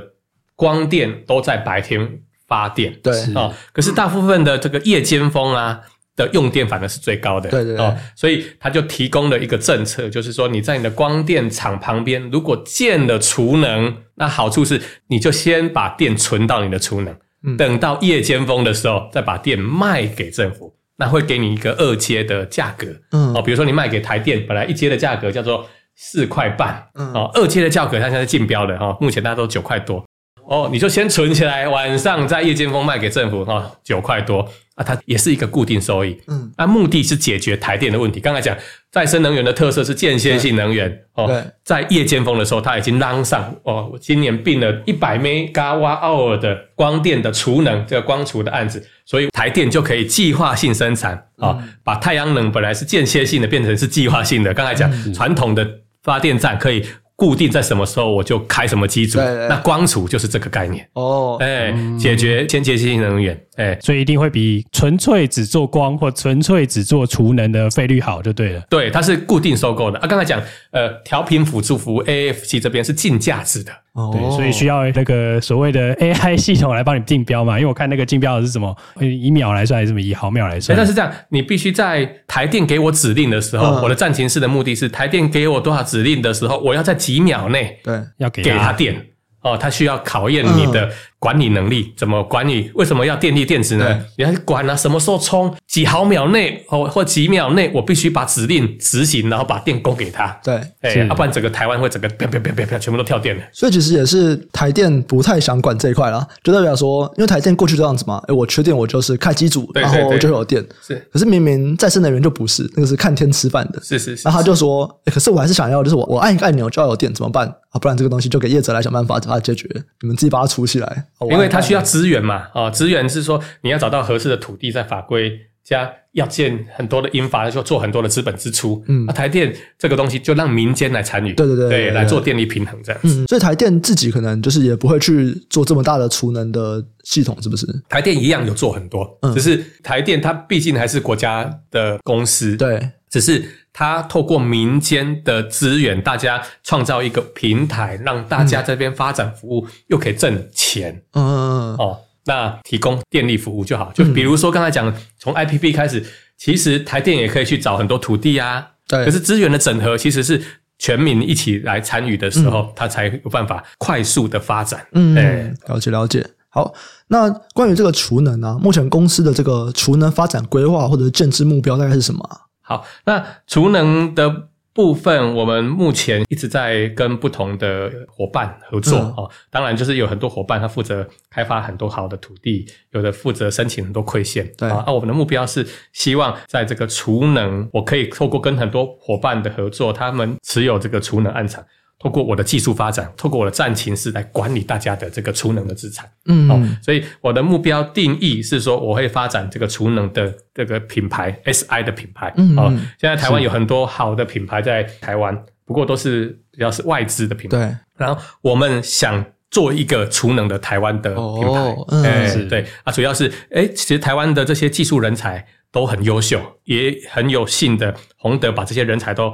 Speaker 3: 光电都在白天发电，
Speaker 1: 对，
Speaker 2: 是
Speaker 3: 哦，可是大部分的这个夜间风啊的用电反而是最高的，
Speaker 1: 对对对
Speaker 3: 哦，所以它就提供了一个政策，就是说你在你的光电厂旁边如果建了储能，那好处是你就先把电存到你的储能，
Speaker 1: 嗯
Speaker 3: 等到夜间风的时候再把电卖给政府，那会给你一个二阶的价格，
Speaker 1: 嗯
Speaker 3: 哦，比如说你卖给台电，本来一阶的价格叫做四块半，
Speaker 1: 嗯
Speaker 3: 哦，二阶的价格它现在是竞标的哈、哦，目前大家都九块多。哦，你就先存起来，晚上在夜间峰卖给政府哈，哦九、块多啊，它也是一个固定收益。
Speaker 1: 嗯，
Speaker 3: 那、目的是解决台电的问题。刚才讲再生能源的特色是间歇性能源
Speaker 1: 对
Speaker 3: 哦，在夜间峰的时候，它已经嚷上哦，我今年并了一百 mega 瓦奥尔的光电的储能，这个光储的案子，所以台电就可以计划性生产
Speaker 1: 嗯
Speaker 3: 啊、哦把太阳能本来是间歇性的变成是计划性的。刚才
Speaker 1: 嗯
Speaker 3: 讲传统的发电站可以固定在什么时候我就开什么机组，
Speaker 1: 对对对
Speaker 3: 那光储就是这个概念，
Speaker 1: 哦，
Speaker 3: 哎，解决间歇性能源，哎，
Speaker 2: 所以一定会比纯粹只做光或纯粹只做储能的费率好就对了。
Speaker 3: 对，它是固定收购的啊。刚才讲，呃，调频辅助服务 AFC 这边是竞价值的，
Speaker 1: 哦
Speaker 2: 对，所以需要那个所谓的 AI 系统来帮你竞标嘛，因为我看那个竞标的是什么呃以秒来算还是什么以毫秒来
Speaker 3: 所
Speaker 2: 算
Speaker 3: 以哎但？是这样，你必须在台电给我指令的时候，
Speaker 1: 嗯
Speaker 3: 我的暂停式的目的是台电给我多少指令的时候，我要在几秒内
Speaker 1: 对，
Speaker 2: 要给
Speaker 3: 给他
Speaker 2: 他
Speaker 3: 电。哦，它需要考验你的管理能力，怎么管理？为什么要电力电池呢
Speaker 1: 对？
Speaker 3: 你要去管啊，什么时候充，几毫秒内哦，或几秒内，我必须把指令执行，然后把电供给他。
Speaker 1: 对，
Speaker 3: 哎，
Speaker 2: 是
Speaker 3: 要、不然整个台湾会整个啪啪啪啪啪全部都跳电了。
Speaker 1: 所以其实也是台电不太想管这一块啦，就代表说，因为台电过去这样子嘛，哎，我缺电我就是开机组，
Speaker 3: 对
Speaker 1: 然后
Speaker 3: 对对
Speaker 1: 就会有电。
Speaker 3: 是
Speaker 1: 可是明明再生能源就不是，那个是看天吃饭的。
Speaker 3: 是是是
Speaker 1: 然。后他就说、哎可是我还是想要，就是我我按一个按钮就要有电，怎么办啊？不然这个东西就给业者来想办法把它解决，你们自己把它储起来。啊我按
Speaker 3: 因为它
Speaker 1: 一个按钮
Speaker 3: 需要资源嘛，啊、资源是说你要找到合适的土地，在法规加要建很多的英法，就做很多的资本支出。
Speaker 1: 嗯
Speaker 3: 啊、台电这个东西就让民间来参与，
Speaker 1: 对对对对对
Speaker 3: 对，来做电力平衡这样子。
Speaker 1: 嗯，所以台电自己可能就是也不会去做这么大的储能的系统，是不是？
Speaker 3: 台电一样有做很多，
Speaker 1: 嗯
Speaker 3: 只是台电它毕竟还是国家的公司，，
Speaker 1: 对，
Speaker 3: 只是它透过民间的资源，大家创造一个平台，让大家这边发展服务，又可以挣钱。
Speaker 1: 嗯，
Speaker 3: 哦，那提供电力服务就好。就比如说刚才讲，从 IPP 开始，其实台电也可以去找很多土地啊，
Speaker 1: 对。
Speaker 3: 可是资源的整合其实是全民一起来参与的时候，它才有办法快速的发展。哎
Speaker 1: 嗯，了解了解。好，那关于这个储能啊，目前公司的这个储能发展规划或者建制目标大概是什么啊、
Speaker 3: 好，那储能的部分，我们目前一直在跟不同的伙伴合作、
Speaker 1: 嗯
Speaker 3: 哦。当然，就是有很多伙伴他负责开发很多好的土地，有的负责申请很多馈线。
Speaker 1: 对
Speaker 3: 啊，啊我们的目标是希望在这个储能，我可以透过跟很多伙伴的合作，他们持有这个储能暗场。透过我的技术发展，透过我的战情是来管理大家的这个储能的资产。
Speaker 1: 嗯，
Speaker 3: 哦，所以我的目标定义是说，我会发展这个储能的这个品牌 SI 的品牌。
Speaker 1: 嗯
Speaker 3: 哦
Speaker 1: 嗯，
Speaker 3: 现在台湾有很多好的品牌在台湾，不过都是比较是外资的品牌。
Speaker 1: 对，
Speaker 3: 然后我们想做一个储能的台湾的品牌
Speaker 1: 哦，嗯
Speaker 3: 哎
Speaker 2: 是
Speaker 3: 对啊，主要是哎，其实台湾的这些技术人才都很优秀，也很有幸的，洪德把这些人才都。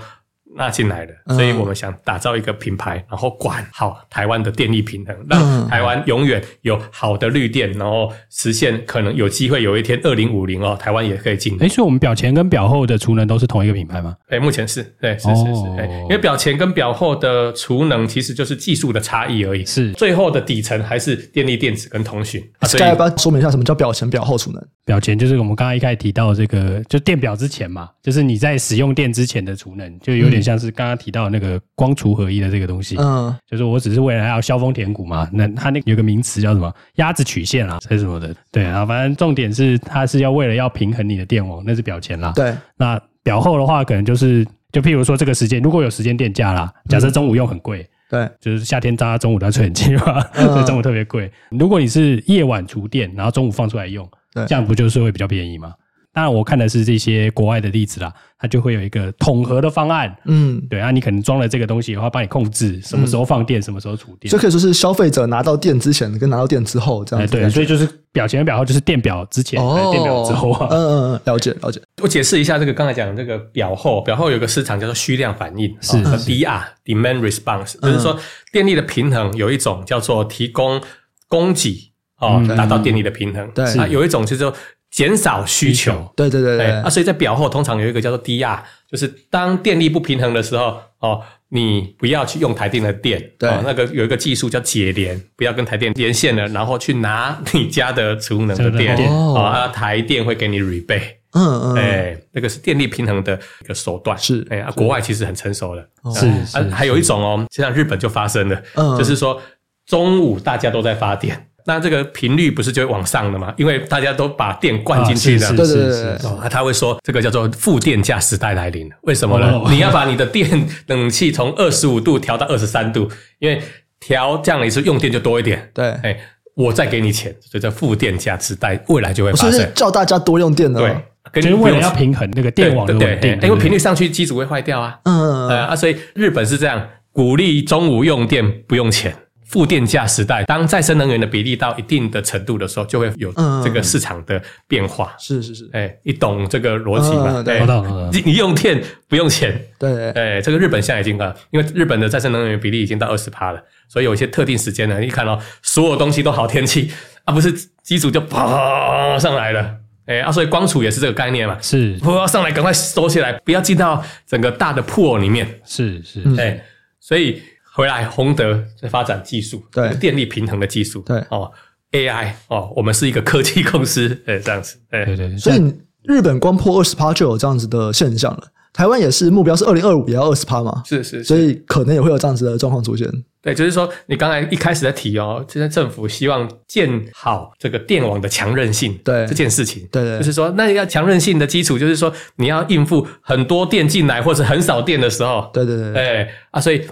Speaker 3: 纳进来了，
Speaker 1: 嗯
Speaker 3: 所以我们想打造一个品牌，然后管好台湾的电力平衡，让
Speaker 1: 嗯
Speaker 3: 台湾永远有好的绿电，然后实现可能有机会有一天二零五零哦，台湾也可以进。
Speaker 2: 哎，所以我们表前跟表后的储能都是同一个品牌吗？
Speaker 3: 哎，目前是对，是是是
Speaker 2: 哦，
Speaker 3: 哎、因为表前跟表后的储能其实就是技术的差异而已，
Speaker 2: 是
Speaker 3: 最后的底层还是电力电子跟通讯。啊所
Speaker 1: Sky 要
Speaker 3: 以
Speaker 1: 不要说明一下什么叫表前表后储能？
Speaker 2: 表前就是我们刚刚一开始提到这个，就电表之前嘛，就是你在使用电之前的储能，就有点像是刚刚提到那个光储合一的这个东西。
Speaker 1: 嗯，
Speaker 2: 就是我只是为了要削峰填谷嘛，那它那个有个名词叫什么鸭子曲线啊，还是什么的，对啊，反正重点是它是要为了要平衡你的电网，那是表前啦。
Speaker 1: 对，
Speaker 2: 那表后的话，可能就是就譬如说这个时间，如果有时间电价啦，
Speaker 1: 嗯
Speaker 2: 假设中午用很贵，
Speaker 1: 对，
Speaker 2: 就是夏天大家中午都要吹冷气嘛，
Speaker 1: 嗯
Speaker 2: 所以中午特别贵。如果你是夜晚储电，然后中午放出来用，
Speaker 1: 对
Speaker 2: 这样不就是会比较便宜吗？当然，我看的是这些国外的例子啦，它就会有一个统合的方案。
Speaker 1: 嗯，
Speaker 2: 对啊，你可能装了这个东西的话，帮你控制什么时候放电，什么时候储电
Speaker 1: 所以。可以说是消费者拿到电之前跟拿到电之后这
Speaker 2: 哎，
Speaker 1: 样子的
Speaker 2: 对，
Speaker 1: 感觉。
Speaker 2: 所以就是表前表后，就是电表之前，还有电表之后
Speaker 1: 嗯
Speaker 2: 啊，
Speaker 1: 嗯嗯，了解了解。
Speaker 3: 我解释一下这个刚才讲的这个表后，表后有个市场叫做虚量反应，
Speaker 2: 是
Speaker 3: 啊 DR（Demand Response），就是
Speaker 1: 嗯
Speaker 3: 说电力的平衡有一种叫做提供供给哦
Speaker 2: 嗯，
Speaker 3: 达到电力的平衡，
Speaker 1: 对
Speaker 3: 啊，有一种就是说减少需求。
Speaker 1: 对对对
Speaker 3: 对
Speaker 1: 对
Speaker 3: 啊，，所以在表后通常有一个叫做 DR，就是当电力不平衡的时候，哦，你不要去用台电的电，
Speaker 1: 对
Speaker 3: 哦，那个有一个技术叫解联，不要跟台电连线了，然后去拿你家的储能的
Speaker 2: 储能
Speaker 3: 电，
Speaker 2: 电
Speaker 3: 哦，
Speaker 1: 哦
Speaker 3: 啊，台电会给你 rebate。
Speaker 1: 嗯嗯，
Speaker 3: 哎、那个是电力平衡的一个手段。
Speaker 1: 是
Speaker 3: 哎、啊，国外其实很成熟的。
Speaker 1: 哦
Speaker 2: 是是
Speaker 3: 啊，还有一种哦，现在日本就发生了，
Speaker 1: 嗯
Speaker 3: 就是说中午大家都在发电，那这个频率不是就会往上了吗？因为大家都把电灌进去了。
Speaker 2: 啊是
Speaker 1: 对
Speaker 2: 是
Speaker 1: 对对
Speaker 2: 是
Speaker 1: 对
Speaker 2: 是
Speaker 3: 哦，那他会说这个叫做负电价时代来临了，为什么呢？
Speaker 2: 哦
Speaker 3: 你要把你的电冷气从二十五度调到二十三度，因为调这样你是用电就多一点，
Speaker 1: 对，
Speaker 3: 哎，我再给你钱，所以这负电价时代未来就会
Speaker 1: 所
Speaker 3: 发
Speaker 1: 以
Speaker 3: 生
Speaker 1: 是。哦叫大家多用电的
Speaker 3: 对
Speaker 1: 嘛，，
Speaker 3: 跟
Speaker 2: 就是为了要
Speaker 3: 不用
Speaker 2: 平衡那个电网的
Speaker 3: 对对
Speaker 2: 稳定，嗯
Speaker 3: 对因为频率上去，机组会坏掉啊。
Speaker 1: 嗯，
Speaker 3: 呃
Speaker 1: 嗯
Speaker 3: 啊，所以日本是这样，鼓励中午用电不用钱。负电价时代，当再生能源的比例到一定的程度的时候，就会有
Speaker 1: 嗯
Speaker 3: 这个市场的变化。
Speaker 1: 是是是，
Speaker 3: 哎、你懂这个逻辑吗？
Speaker 1: 嗯对
Speaker 3: 哎
Speaker 2: 我懂我懂
Speaker 3: 你你用电不用钱，
Speaker 1: 对，
Speaker 3: 哎，这个日本现在已经啊，因为日本的再生能源比例已经到二十趴了，所以有一些特定时间呢，一看到、所有东西都好天气啊，不是机组就啪上来了，哎啊，所以光储也是这个概念嘛，
Speaker 2: 是
Speaker 3: 啪上来赶快收起来，不要进到整个大的 pool 里面，
Speaker 2: 是是，
Speaker 1: 嗯
Speaker 3: 哎，所以回来洪德在发展技术，
Speaker 1: 对
Speaker 3: 电力平衡的技术，
Speaker 1: 对
Speaker 3: 哦，AI 哦，我们是一个科技公司，哎，这样子，哎，
Speaker 2: 对对，对
Speaker 1: 所以你日本光破二十趴就有这样子的现象了，台湾也是目标是二零二五也要二十趴嘛，
Speaker 3: 是是是。
Speaker 1: 所以可能也会有这样子的状况出现，
Speaker 3: 对，就是说你刚才一开始在提哦，现在政府希望建好这个电网的强韧性，
Speaker 1: 对
Speaker 3: 这件事情，
Speaker 1: 对对
Speaker 3: 就是说那要强韧性的基础，就是说你要应付很多电进来或者很少电的时候，
Speaker 1: 对对对对，
Speaker 3: 哎啊，所以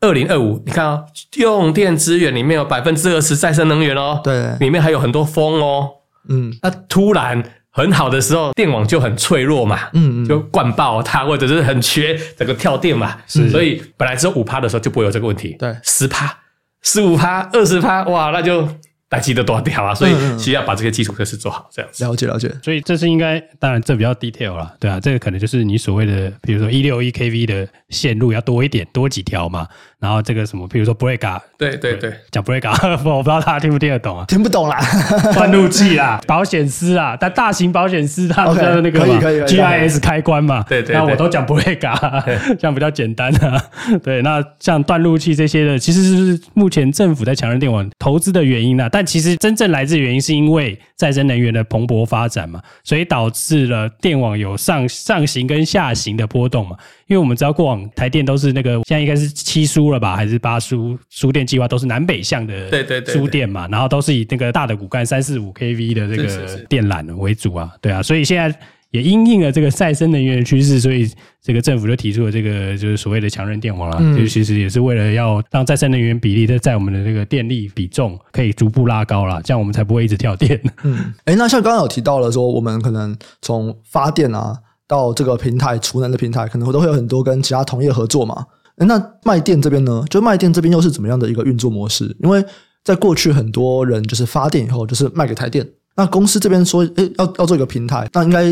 Speaker 3: 二零二五，你看哦，用电资源里面有百分之二十再生能源哦，
Speaker 1: 对
Speaker 3: 里面还有很多风哦，
Speaker 1: 嗯
Speaker 3: 那突然很好的时候，电网就很脆弱嘛，
Speaker 1: 嗯嗯
Speaker 3: 就灌爆它，或者是很缺，整个跳电嘛，所以本来只有五趴的时候就不会有这个问题，
Speaker 1: 对
Speaker 3: 十趴、十五趴、二十趴，哇，那就大机的多掉啊，所以
Speaker 1: 嗯嗯
Speaker 3: 需要把这个基础设施做好，这样子。
Speaker 1: 了解了解，，
Speaker 2: 所以这是应该，当然这比较 detail 啦，对啊，这个可能就是你所谓的，比如说一六一 kV 的线路要多一点，多几条嘛。然后这个什么，比如说 break，
Speaker 3: 对对对，
Speaker 2: 讲 break，我不 知道大家听不听得懂啊
Speaker 1: 听不懂啦，
Speaker 2: 换路器啦，保险丝啊，但大型保险丝它
Speaker 1: OK，
Speaker 2: 不是那个
Speaker 1: 可以
Speaker 2: 嘛
Speaker 1: 可以可以
Speaker 2: GIS 开关嘛，
Speaker 3: 对对
Speaker 2: 那
Speaker 3: 对
Speaker 2: 我都讲 break，啊 这样比较简单啊。 对，那像断路器这些的，其实是目前政府在强韧电网投资的原因啦。但其实真正来自原因是因为再生能源的蓬勃发展嘛，所以导致了电网有上上行跟下行的波动嘛。因为我们知道过往台电都是那个现在应该是七输了吧，还是八输输电计划都是南北向的
Speaker 3: 对对对对
Speaker 2: 输电嘛，然后都是以那个大的骨干三四五 kV 的这
Speaker 3: 是是
Speaker 2: 个
Speaker 3: 是
Speaker 2: 电缆为主啊，对啊，所以现在也因应了这个再生能源的趋势，所以这个政府就提出了这个就是所谓的强韧电网啦，
Speaker 1: 嗯
Speaker 2: 就是其实也是为了要让再生能源比例在在我们的这个电力比重可以逐步拉高啦，这样我们才不会一直跳电。
Speaker 1: 嗯，哎，那像刚刚有提到了说，我们可能从发电啊到这个平台储能的平台，可能都会有很多跟其他同业合作嘛。诶那卖电这边呢，就卖电这边又是怎么样的一个运作模式？因为在过去很多人就是发电以后就是卖给台电，那公司这边说，诶，要要做一个平台，那应该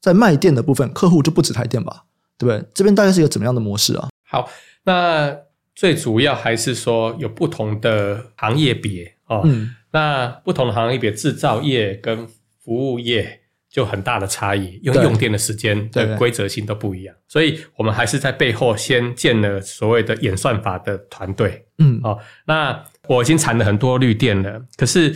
Speaker 1: 在卖电的部分，客户就不止台电吧，对不对？这边大概是一个怎么样的模式啊？
Speaker 3: 好，那最主要还是说有不同的行业别哦，
Speaker 1: 嗯，
Speaker 3: 那不同的行业别，制造业跟服务业就很大的差异，因为
Speaker 1: 对
Speaker 3: 用电的时间
Speaker 1: 对
Speaker 3: 的规则性都不一样，所以我们还是在背后先建了所谓的演算法的团队。
Speaker 1: 嗯，
Speaker 3: 哦，那我已经产了很多绿电了，可是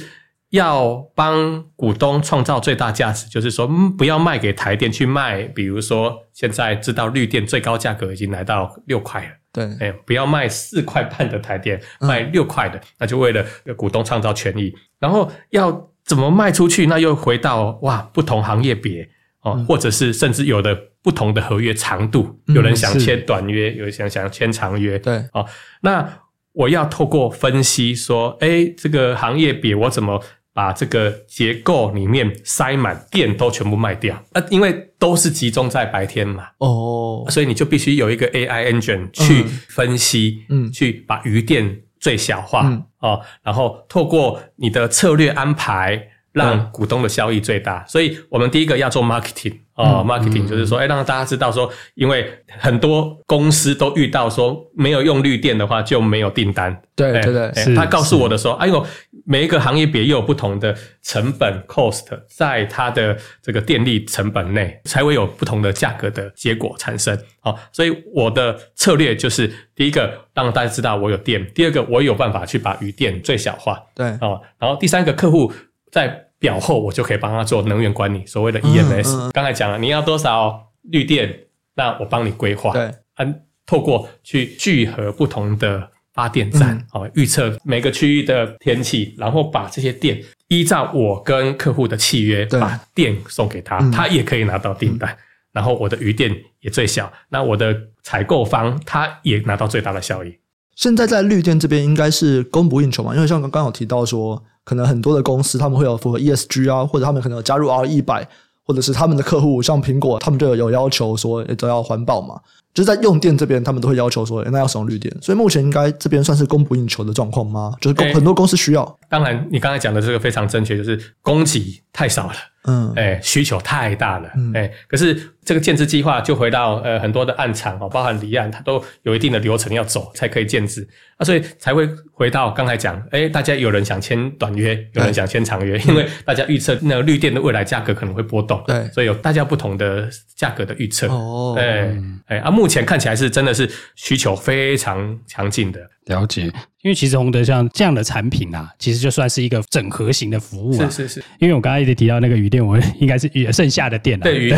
Speaker 3: 要帮股东创造最大价值，就是说、嗯、不要卖给台电去卖，比如说现在知道绿电最高价格已经来到六块了。
Speaker 1: 对，
Speaker 3: 哎，不要卖四块半的台电，卖六块的，那就为了股东创造权益。然后要怎么卖出去？那又回到哇，不同行业别哦，或者是甚至有的不同的合约长度，
Speaker 1: 嗯
Speaker 3: 有人想
Speaker 2: 是
Speaker 3: 签短约，有人想想签长约。
Speaker 1: 对，
Speaker 3: 哦，那我要透过分析说，哎，这个行业比我怎么把这个结构里面塞满电都全部卖掉？啊，因为都是集中在白天嘛，
Speaker 1: 哦，
Speaker 3: 所以你就必须有一个 AI engine 去分析，
Speaker 1: 嗯
Speaker 3: 去把余电最小化、
Speaker 1: 嗯
Speaker 3: 哦，然后透过你的策略安排，
Speaker 1: 嗯
Speaker 3: 让股东的效益最大。所以我们第一个要做 marketing
Speaker 1: 嗯
Speaker 3: 哦、m a r k e t i n g 就是说，哎，让大家知道说，因为很多公司都遇到说，没有用绿电的话就没有订单。
Speaker 1: 对
Speaker 3: 哎
Speaker 1: 对对
Speaker 3: 哎
Speaker 2: 是
Speaker 3: 他告诉我的时候，哎呦，每一个行业别又有不同的成本 cost，在它的这个电力成本内，才会有不同的价格的结果产生。好、所以我的策略就是第一个让大家知道我有电，第二个我有办法去把余电最小化，
Speaker 1: 对，
Speaker 3: 哦，然后第三个客户在表后，我就可以帮他做能源管理，所谓的 EMS。
Speaker 1: 嗯
Speaker 3: 刚才讲了，你要多少绿电，那我帮你规划。
Speaker 1: 对，
Speaker 3: 啊，透过去聚合不同的发电站，
Speaker 1: 嗯
Speaker 3: 哦，预测每个区域的天气，然后把这些电依照我跟客户的契约，
Speaker 1: 对
Speaker 3: 把电送给他，
Speaker 1: 嗯
Speaker 3: 他也可以拿到订单。然后我的余电也最小，那我的采购方他也拿到最大的效益。
Speaker 1: 现在在绿电这边应该是供不应求嘛，因为像刚刚有提到说，可能很多的公司他们会有符合 ESG 啊，或者他们可能有加入 R 一百，或者是他们的客户像苹果，他们就有有要求说诶都要环保嘛，就是在用电这边他们都会要求说，诶那要使用绿电，所以目前应该这边算是供不应求的状况吗？就是供
Speaker 3: 诶
Speaker 1: 很多公司需要，
Speaker 3: 当然，你刚才讲的这个非常正确，就是供给太少了。
Speaker 1: 嗯，
Speaker 3: 哎、需求太大了，哎、
Speaker 1: 嗯
Speaker 3: 可是这个建制计划就回到呃很多的案场哦，包含离岸，它都有一定的流程要走才可以建制啊，所以才会回到刚才讲，哎、大家有人想签短约，有人想签长约，因为大家预测那个绿电的未来价格可能会波动，
Speaker 1: 对
Speaker 3: 所以有大家不同的价格的预测，
Speaker 1: 哦，
Speaker 3: 哎哎啊，目前看起来是真的是需求非常强劲的，
Speaker 2: 了解，因为其实洪德像这样的产品啊，其实就算是一个整合型的服务啊。
Speaker 3: 是是，
Speaker 2: 因为我刚刚一直提到那个鱼店，我应该是鱼剩下的店啊。
Speaker 3: 对鱼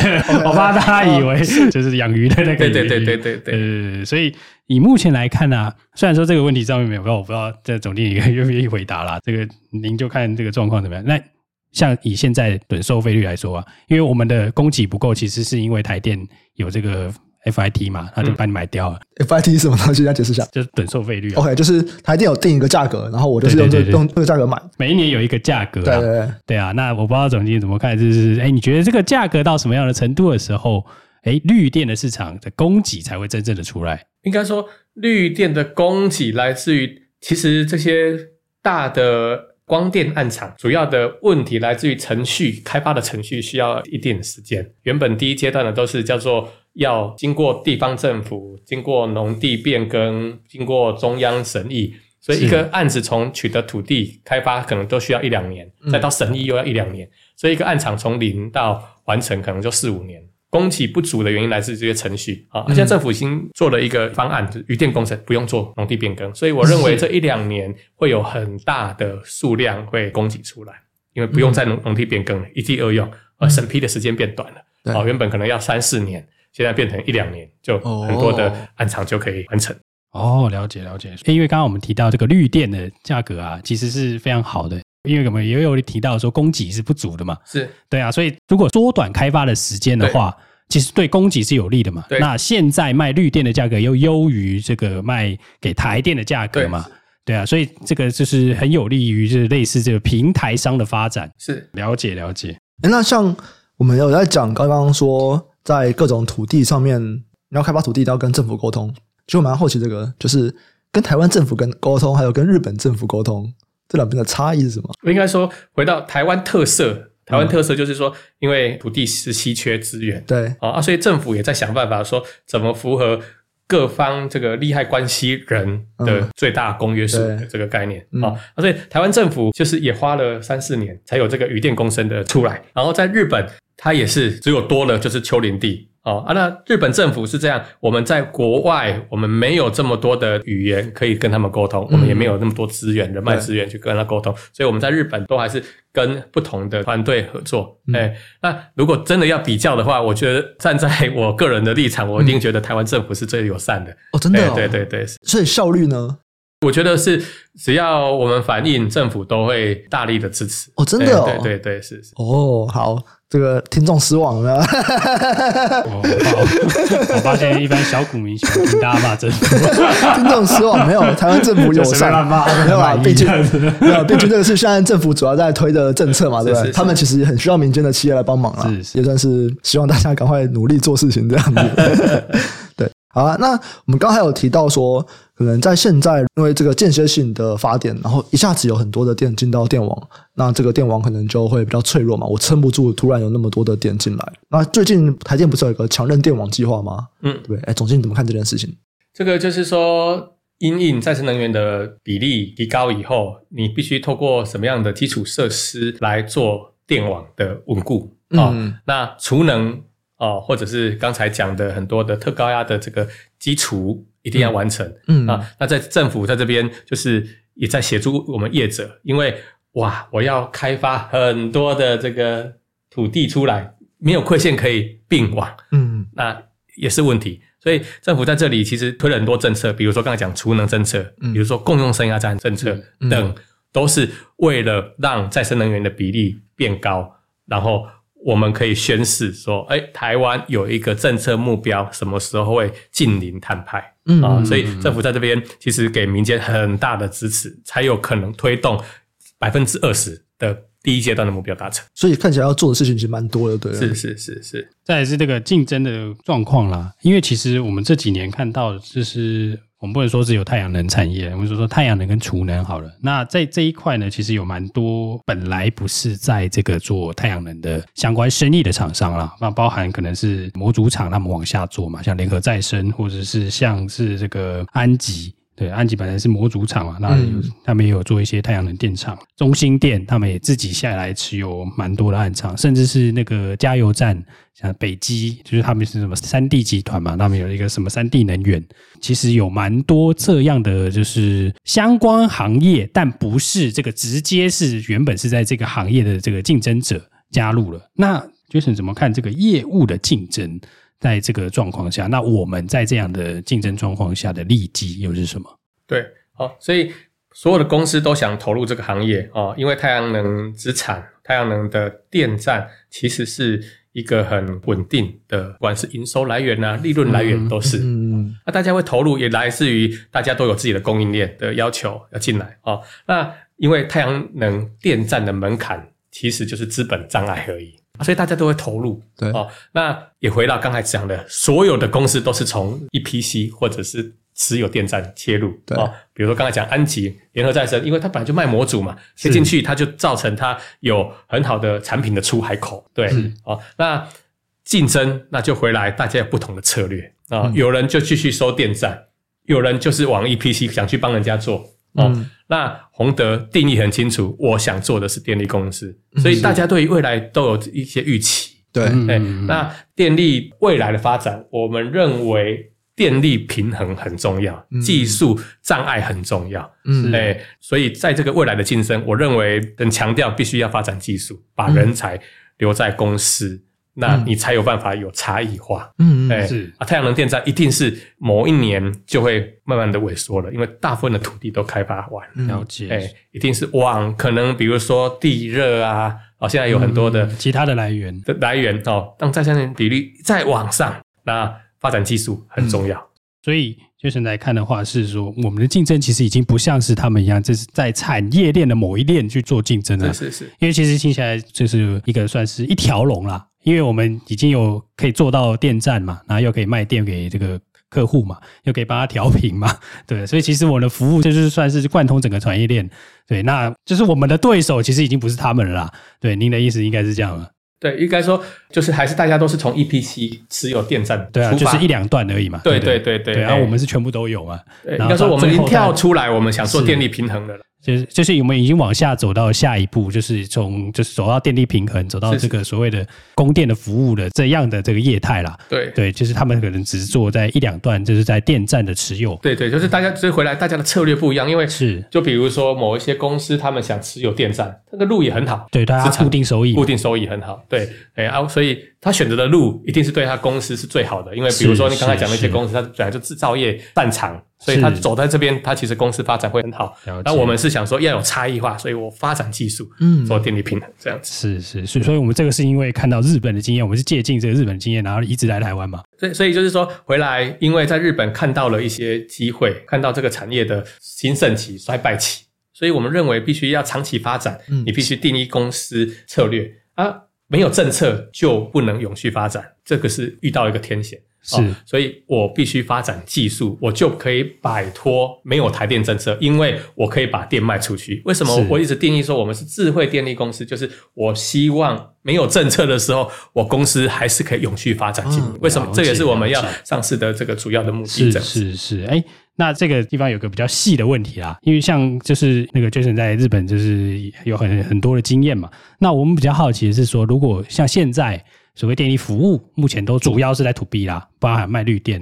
Speaker 2: 我怕大家以为就是养鱼的那个
Speaker 3: 对
Speaker 2: 鱼。
Speaker 3: 对对对对对
Speaker 2: 对对对所以以目前来看呢、啊，虽然说这个问题上面没有，我不知道这总经理愿不愿意回答啦。这个您就看这个状况怎么样。那像以现在趸售费率来说啊，因为我们的供给不够，其实是因为台电有这个 FIT 嘛，他就把你买掉了，
Speaker 1: FIT 是什么东西？要解释一下。
Speaker 2: 就是趸售费率啊。
Speaker 1: OK，就是台电有定一个价格，然后我就是用这
Speaker 2: 对对对对
Speaker 1: 用这个价格买。
Speaker 2: 每一年有一个价格、啊，
Speaker 1: 对对对，
Speaker 2: 对啊，那我不知道总经理怎么看，就是哎，你觉得这个价格到什么样的程度的时候，哎，绿电的市场的供给才会真正的出来？
Speaker 3: 应该说，绿电的供给来自于其实这些大的光电暗场，主要的问题来自于程序开发的程序需要一定时间。原本第一阶段的都是叫做要经过地方政府、经过农地变更、经过中央审议。所以一个案子从取得土地开发可能都需要一两年，再到审议又要一两年，所以一个案场从零到完成可能就四五年。供给不足的原因来自这些程序啊，现在政府已经做了一个方案，就是余电工程不用做农地变更，所以我认为这一两年会有很大的数量会供给出来，因为不用再农农地变更了，一地二用，呃，审批的时间变短了，
Speaker 1: 对
Speaker 3: 哦，原本可能要三四年，现在变成一两年，就很多的案场就可以完成。
Speaker 2: 哦，了解了解。因为刚刚我们提到这个绿电的价格啊，其实是非常好的，因为我们也有提到说供给是不足的嘛，
Speaker 3: 是
Speaker 2: 对啊，所以如果缩短开发的时间的话，其实对供给是有利的嘛。
Speaker 3: 对
Speaker 2: 那现在卖绿电的价格又优于这个卖给台电的价格嘛，对啊，所以这个就是很有利于就是类似这个平台商的发展。
Speaker 3: 是，
Speaker 2: 了解了解，
Speaker 1: 诶那像我们有在讲刚刚说，在各种土地上面，你要开发土地都要跟政府沟通。其实我蛮好奇这个，就是跟台湾政府跟沟通，还有跟日本政府沟通这两边的差异是什么？
Speaker 3: 应该说回到台湾特色，台湾特色就是说，因为土地是稀缺资源，
Speaker 1: 对，
Speaker 3: 啊，所以政府也在想办法说怎么符合各方这个利害关系人的
Speaker 1: 嗯
Speaker 3: 最大公约数
Speaker 1: 对
Speaker 3: 的这个概念、
Speaker 1: 嗯
Speaker 3: 啊，所以台湾政府就是也花了三四年才有这个余电共生的出来，然后在日本它也是只有多了就是丘陵地。哦啊，那日本政府是这样，我们在国外，我们没有这么多的语言可以跟他们沟通，我们也没有那么多资源、人脉
Speaker 1: 对
Speaker 3: 资源去跟他沟通，所以我们在日本都还是跟不同的团队合作。
Speaker 1: 嗯
Speaker 3: 哎、那如果真的要比较的话，我觉得站在我个人的立场，我一定觉得台湾政府是最友善的。
Speaker 1: 哦，真的、哦，
Speaker 3: 对对对对，
Speaker 1: 所以效率呢？
Speaker 3: 我觉得是只要我们反映，政府都会大力的支持。
Speaker 1: 哦，真的哦，
Speaker 3: 哎对对对，是是。
Speaker 1: 哦，好，这个听众失望了。
Speaker 2: 我我发哦我发现一般小股民喜欢听大家骂政府，
Speaker 1: 听众失望，没有台湾政府友善，没有啊，毕竟 没有，毕竟这个是现在政府主要在推的政策嘛，对不对？他们其实很需要民间的企业来帮忙啊，也算是希望大家赶快努力做事情这样 子。对，好啊，那我们刚才有提到说，可能在现在因为这个间歇性的发电，然后一下子有很多的电进到电网，那这个电网可能就会比较脆弱嘛，我撑不住，突然有那么多的电进来。那最近台电不是有一个强韧电网计划吗？
Speaker 3: 嗯
Speaker 1: 对不对，哎，总经理怎么看这件事情？
Speaker 3: 这个就是说，因应再生能源的比例提高以后，你必须透过什么样的基础设施来做电网的稳固啊、哦
Speaker 1: 嗯
Speaker 3: 那储能哦，或者是刚才讲的很多的特高压的这个基础，一定要完成。啊
Speaker 1: 嗯
Speaker 3: 啊，那在政府在这边就是也在协助我们业者，因为哇，我要开发很多的这个土地出来，没有馈线可以并网，
Speaker 1: 嗯，
Speaker 3: 那也是问题。所以政府在这里其实推了很多政策，比如说刚才讲储能政策，比如说共用升压站政策
Speaker 1: 嗯
Speaker 3: 等，都是为了让再生能源的比例变高，然后我们可以宣示说，哎，台湾有一个政策目标，什么时候会近零碳排
Speaker 1: 嗯
Speaker 3: 啊？所以政府在这边其实给民间很大的支持，才有可能推动百分之二十的第一阶段的目标达成。
Speaker 1: 所以看起来要做的事情其实蛮多的，对了，啊
Speaker 3: 是是是是，
Speaker 2: 再来是这个竞争的状况啦，因为其实我们这几年看到，就是我们不能说只有太阳能产业，我们就说太阳能跟储能好了。那在这一块呢，其实有蛮多本来不是在这个做太阳能的相关生意的厂商啦，那包含可能是模组厂他们往下做嘛，像联合再生，或者是像是这个安吉。对，安吉本来是模组厂嘛，那有
Speaker 1: 嗯
Speaker 2: 他们也有做一些太阳能电厂，中兴电他们也自己下来持有蛮多的暗场，甚至是那个加油站，像北基，就是他们是什么三 D 集团嘛，他们有一个什么三 D 能源，其实有蛮多这样的就是相关行业，但不是这个直接是原本是在这个行业的这个竞争者加入了。那 Jason 怎么看这个业务的竞争？在这个状况下，那我们在这样的竞争状况下的利基又是什么？
Speaker 3: 对，好，所以所有的公司都想投入这个行业哦，因为太阳能资产、太阳能的电站其实是一个很稳定的，不管是营收来源啊、利润来源都是。
Speaker 1: 嗯，
Speaker 3: 那大家会投入，也来自于大家都有自己的供应链的要求要进来啊、哦。那因为太阳能电站的门槛其实就是资本障碍而已，所以大家都会投入。
Speaker 1: 嗯对
Speaker 3: 哦，那也回到刚才讲的，所有的公司都是从 EPC 或者是持有电站切入。
Speaker 1: 对
Speaker 3: 哦，比如说刚才讲安吉联合再生，因为它本来就卖模组嘛，切进去它就造成它有很好的产品的出海口。对，哦，那竞争那就回来，大家有不同的策略啊、有人就继续收电站，有人就是往 EPC 想去帮人家做。哦，
Speaker 1: 嗯
Speaker 3: 那宏德定义很清楚，我想做的是电力公司，所以大家对于未来都有一些预期。
Speaker 1: 对，
Speaker 3: 对，
Speaker 2: 嗯
Speaker 3: 哎那电力未来的发展，我们认为电力平衡很重要，
Speaker 2: 嗯
Speaker 3: 技术障碍很重要。
Speaker 1: 嗯，
Speaker 3: 哎、所以在这个未来的竞争，我认为很强调必须要发展技术，把人才留在公司，
Speaker 2: 嗯
Speaker 3: 那你才有办法有差异化。
Speaker 1: 嗯，
Speaker 3: 哎、
Speaker 2: 是
Speaker 3: 啊，太阳能电站一定是某一年就会慢慢的萎缩了，因为大部分的土地都开发完了。
Speaker 1: 嗯
Speaker 2: 了解，
Speaker 3: 哎、一定是往可能比如说地热啊，哦，现在有很多的、
Speaker 2: 嗯其他的来源，
Speaker 3: 的来
Speaker 2: 嗯
Speaker 3: 源哦，让再生能源比率再往上，那发展技术很重要。
Speaker 2: 所以就是来看的话，是说我们的竞争其实已经不像是他们一样，这是在产业链的某一链去做竞争了。
Speaker 3: 是是
Speaker 2: 因为其实听起来就是一个算是一条龙啦，因为我们已经有可以做到电站嘛，然后又可以卖电给这个客户嘛，又可以帮他调频嘛， 对，所以其实我的服务就是算是贯通整个产业链，对，那就是我们的对手其实已经不是他们了啦，对，您的意思应该是这样了，
Speaker 3: 对，应该说就是还是大家都是从 EPC 持有电站
Speaker 2: 对啊，
Speaker 3: 出
Speaker 2: 就
Speaker 3: 发
Speaker 2: 是一两段而已嘛，
Speaker 3: 对
Speaker 2: 不
Speaker 3: 对对对
Speaker 2: 对，然后啊
Speaker 3: 哎
Speaker 2: 我们是全部都有嘛，
Speaker 3: 对
Speaker 2: 然
Speaker 3: 应
Speaker 2: 后
Speaker 3: 该说
Speaker 2: 到
Speaker 3: 我们已
Speaker 2: 最
Speaker 3: 经
Speaker 2: 后
Speaker 3: 跳
Speaker 2: 再
Speaker 3: 出来，我们想做
Speaker 2: 是
Speaker 3: 电力平衡的了。
Speaker 2: 就是就是我们已经往下走到下一步，就是从就是走到电力平衡，走到
Speaker 3: 是是
Speaker 2: 这个所谓的供电的服务的这样的这个业态啦。
Speaker 3: 对
Speaker 2: 对，就是他们可能只做在一两段，就是在电站的持有。
Speaker 3: 对对，就是大家追回来，大家的策略不一样，因为
Speaker 2: 嗯是
Speaker 3: 就比如说某一些公司，他们想持有电站，这个路也很好，
Speaker 2: 对，大
Speaker 3: 资
Speaker 2: 家
Speaker 3: 产
Speaker 2: 固定收益嘛，
Speaker 3: 固定收益很好，对，哎啊，所以他选择的路一定是对他公司是最好的，因为比如说
Speaker 2: 是
Speaker 3: 你刚才讲的一些
Speaker 2: 是
Speaker 3: 公司，它本来就制造业擅长，所以他走在这边，他其实公司发展会很好
Speaker 2: 了解。
Speaker 3: 那我们是想说要有差异化，所以我发展技术，
Speaker 1: 嗯
Speaker 3: 做电力平衡这样子。
Speaker 2: 是是，所以所以我们这个是因为看到日本的经验，我们是借鉴这个日本的经验，然后一直来台湾嘛。
Speaker 3: 所以所以就是说回来，因为在日本看到了一些机会，看到这个产业的兴盛期、衰败期，所以我们认为必须要长期发展，
Speaker 1: 嗯
Speaker 3: 你必须定义公司策略啊，没有政策就不能永续发展，这个是遇到一个天险。
Speaker 2: 是、
Speaker 3: 哦所以我必须发展技术，我就可以摆脱没有台电政策，因为我可以把电卖出去。为什么
Speaker 2: 是
Speaker 3: 我一直定义说我们是智慧电力公司？就是我希望没有政策的时候，我公司还是可以永续发展进步。
Speaker 1: 嗯
Speaker 3: 为什么
Speaker 2: 了？解
Speaker 3: 这也是我们要
Speaker 2: 了解
Speaker 3: 上市的这个主要的目的。
Speaker 2: 是
Speaker 3: 这样子
Speaker 2: 是是，哎、那这个地方有个比较细的问题啦，因为像就是那个 Jason 在日本就是有很很多的经验嘛。那我们比较好奇的是说，如果像现在所谓电力服务，目前都主要是在 to B 啦，包含卖绿电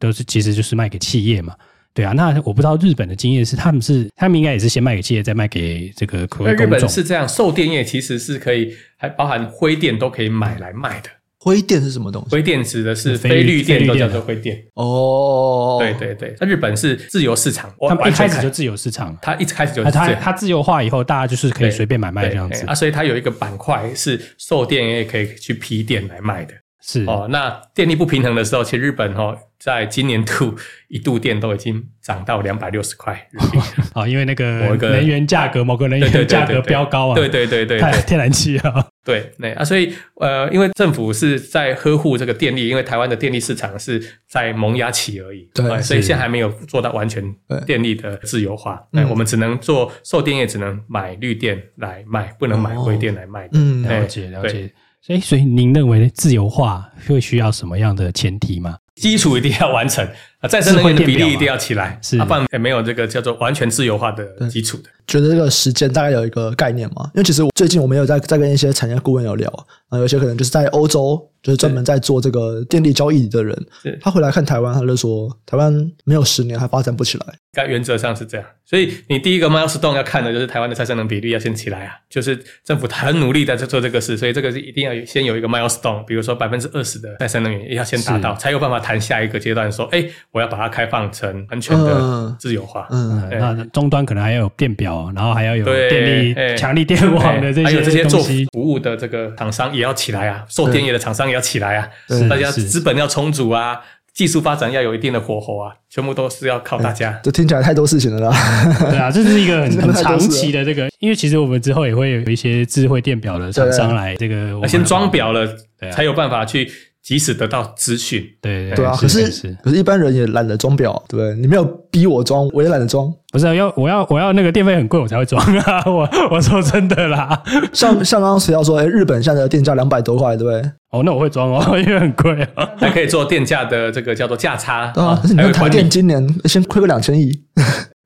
Speaker 2: 都是其实就是卖给企业嘛。对啊，那我不知道日本的经验是，他们是他们应该也是先卖给企业，再卖给这个
Speaker 3: 因
Speaker 2: 客
Speaker 3: 为
Speaker 2: 户
Speaker 3: 日
Speaker 2: 公
Speaker 3: 本
Speaker 2: 众。
Speaker 3: 是这样，售电业其实是可以，还包含灰电都可以买来卖的。
Speaker 1: 灰电是什么东西？
Speaker 3: 灰电指的是
Speaker 2: 非
Speaker 3: 非绿
Speaker 2: 非
Speaker 3: 电，
Speaker 2: 绿
Speaker 3: 都叫
Speaker 2: 电
Speaker 3: 做灰电。
Speaker 1: 哦，
Speaker 3: 对，对对，那日本是自由市场，
Speaker 2: 他们一开
Speaker 3: 完全
Speaker 2: 始
Speaker 3: 开
Speaker 2: 就自由市场，
Speaker 3: 它一开始就是
Speaker 2: 啊，
Speaker 3: 这
Speaker 2: 它
Speaker 3: 样。
Speaker 2: 它自由化以后，大家就是可以
Speaker 3: 对
Speaker 2: 随便买卖
Speaker 3: 对
Speaker 2: 这样子
Speaker 3: 哎，啊，所以它有一个板块是售电也可以去批电来卖的
Speaker 2: 是
Speaker 3: 哦。那电力不平衡的时候，其实日本哦，在今年度一度电都已经涨到两百六十块日币，
Speaker 2: 啊，因为那
Speaker 3: 某
Speaker 2: 个
Speaker 3: 一个
Speaker 2: 能源价格，某个能
Speaker 3: 对对
Speaker 2: 源
Speaker 3: 对
Speaker 2: 哦价
Speaker 3: 对
Speaker 2: 格
Speaker 3: 对
Speaker 2: 飙高啊，
Speaker 3: 对对对对
Speaker 2: 太
Speaker 3: 对
Speaker 2: 天然气啊，
Speaker 3: 对，那啊，所以呃，因为政府是在呵护这个电力，因为台湾的电力市场是在萌芽期而已，
Speaker 1: 对
Speaker 3: 哎所以
Speaker 2: 是
Speaker 3: 现在还没有做到完全
Speaker 1: 对
Speaker 3: 电力的自由化，哎
Speaker 1: 嗯
Speaker 3: 我们只能做售电业，只能买绿电来卖，不能买
Speaker 1: 哦
Speaker 3: 灰电来卖的。
Speaker 1: 嗯，
Speaker 3: 哎
Speaker 2: 了解了
Speaker 3: 对
Speaker 2: 解。所以，所以您认为自由化会需要什么样的前提吗？
Speaker 3: 基础一定要完成 啊，再生能源的比例一定要起来，
Speaker 2: 是
Speaker 3: 啊，不然也没有这个叫做完全自由化的基础的。
Speaker 1: 觉得这个时间大概有一个概念嘛？因为其实我最近我们有在在跟一些产业顾问有聊，啊，有些可能就是在欧洲，就是专门在做这个电力交易的人
Speaker 3: 是，
Speaker 1: 他回来看台湾，他就说台湾没有十年还发展不起来。
Speaker 3: 该原则上是这样，所以你第一个 milestone 要看的就是台湾的再生能比例要先起来啊，就是政府很努力在做这个事，所以这个是一定要有先有一个 milestone，比如说百分之二十的再生能源也要先达到，才有办法谈下一个阶段说，哎，我要把它开放成完全的
Speaker 1: 嗯
Speaker 3: 自由化。
Speaker 1: 嗯，
Speaker 2: 呃
Speaker 3: 对
Speaker 2: 那终端可能还要有电表，然后还要有
Speaker 3: 对
Speaker 2: 电力、
Speaker 3: 哎
Speaker 2: 强力电网的这
Speaker 3: 还有这些
Speaker 2: 些
Speaker 3: 做
Speaker 2: 东
Speaker 3: 服
Speaker 2: 西，
Speaker 3: 务的这个厂商也要起来啊，售电业的厂商也要起来啊，
Speaker 2: 是
Speaker 3: 大家
Speaker 2: 是
Speaker 3: 资本要充足啊，技术发展要有一定的火候啊，全部都是要靠大家。
Speaker 1: 这听起来太多事情了啦。
Speaker 2: 对啊，这是一 个很
Speaker 1: 真的
Speaker 2: 很
Speaker 1: 太多
Speaker 2: 长
Speaker 1: 事了
Speaker 2: 期的这个，因为其实我们之后也会有一些智慧电表的厂商来这个我
Speaker 3: 那
Speaker 2: 们，
Speaker 3: 先装表了
Speaker 2: 对，啊
Speaker 3: 才有办法去及时得到资 讯。
Speaker 2: 对，对
Speaker 1: 对啊，可
Speaker 2: 是
Speaker 1: 是可是一般人也懒得装表，对不对？你没有逼我装，我也懒得 装。
Speaker 2: 不是啊要我要我要那个电费很贵我才会装啊，我我说真的啦，
Speaker 1: 像像刚刚谁要说，哎，日本现在的电价两百多块，对不对？
Speaker 2: 哦，那我会装哦， 因为很贵啊。
Speaker 3: 还可以做电价的这个叫做价差
Speaker 1: 对啊，可是你
Speaker 3: 还有
Speaker 1: 看台
Speaker 3: 管
Speaker 1: 电
Speaker 3: 理。
Speaker 1: 今年先亏个两千亿，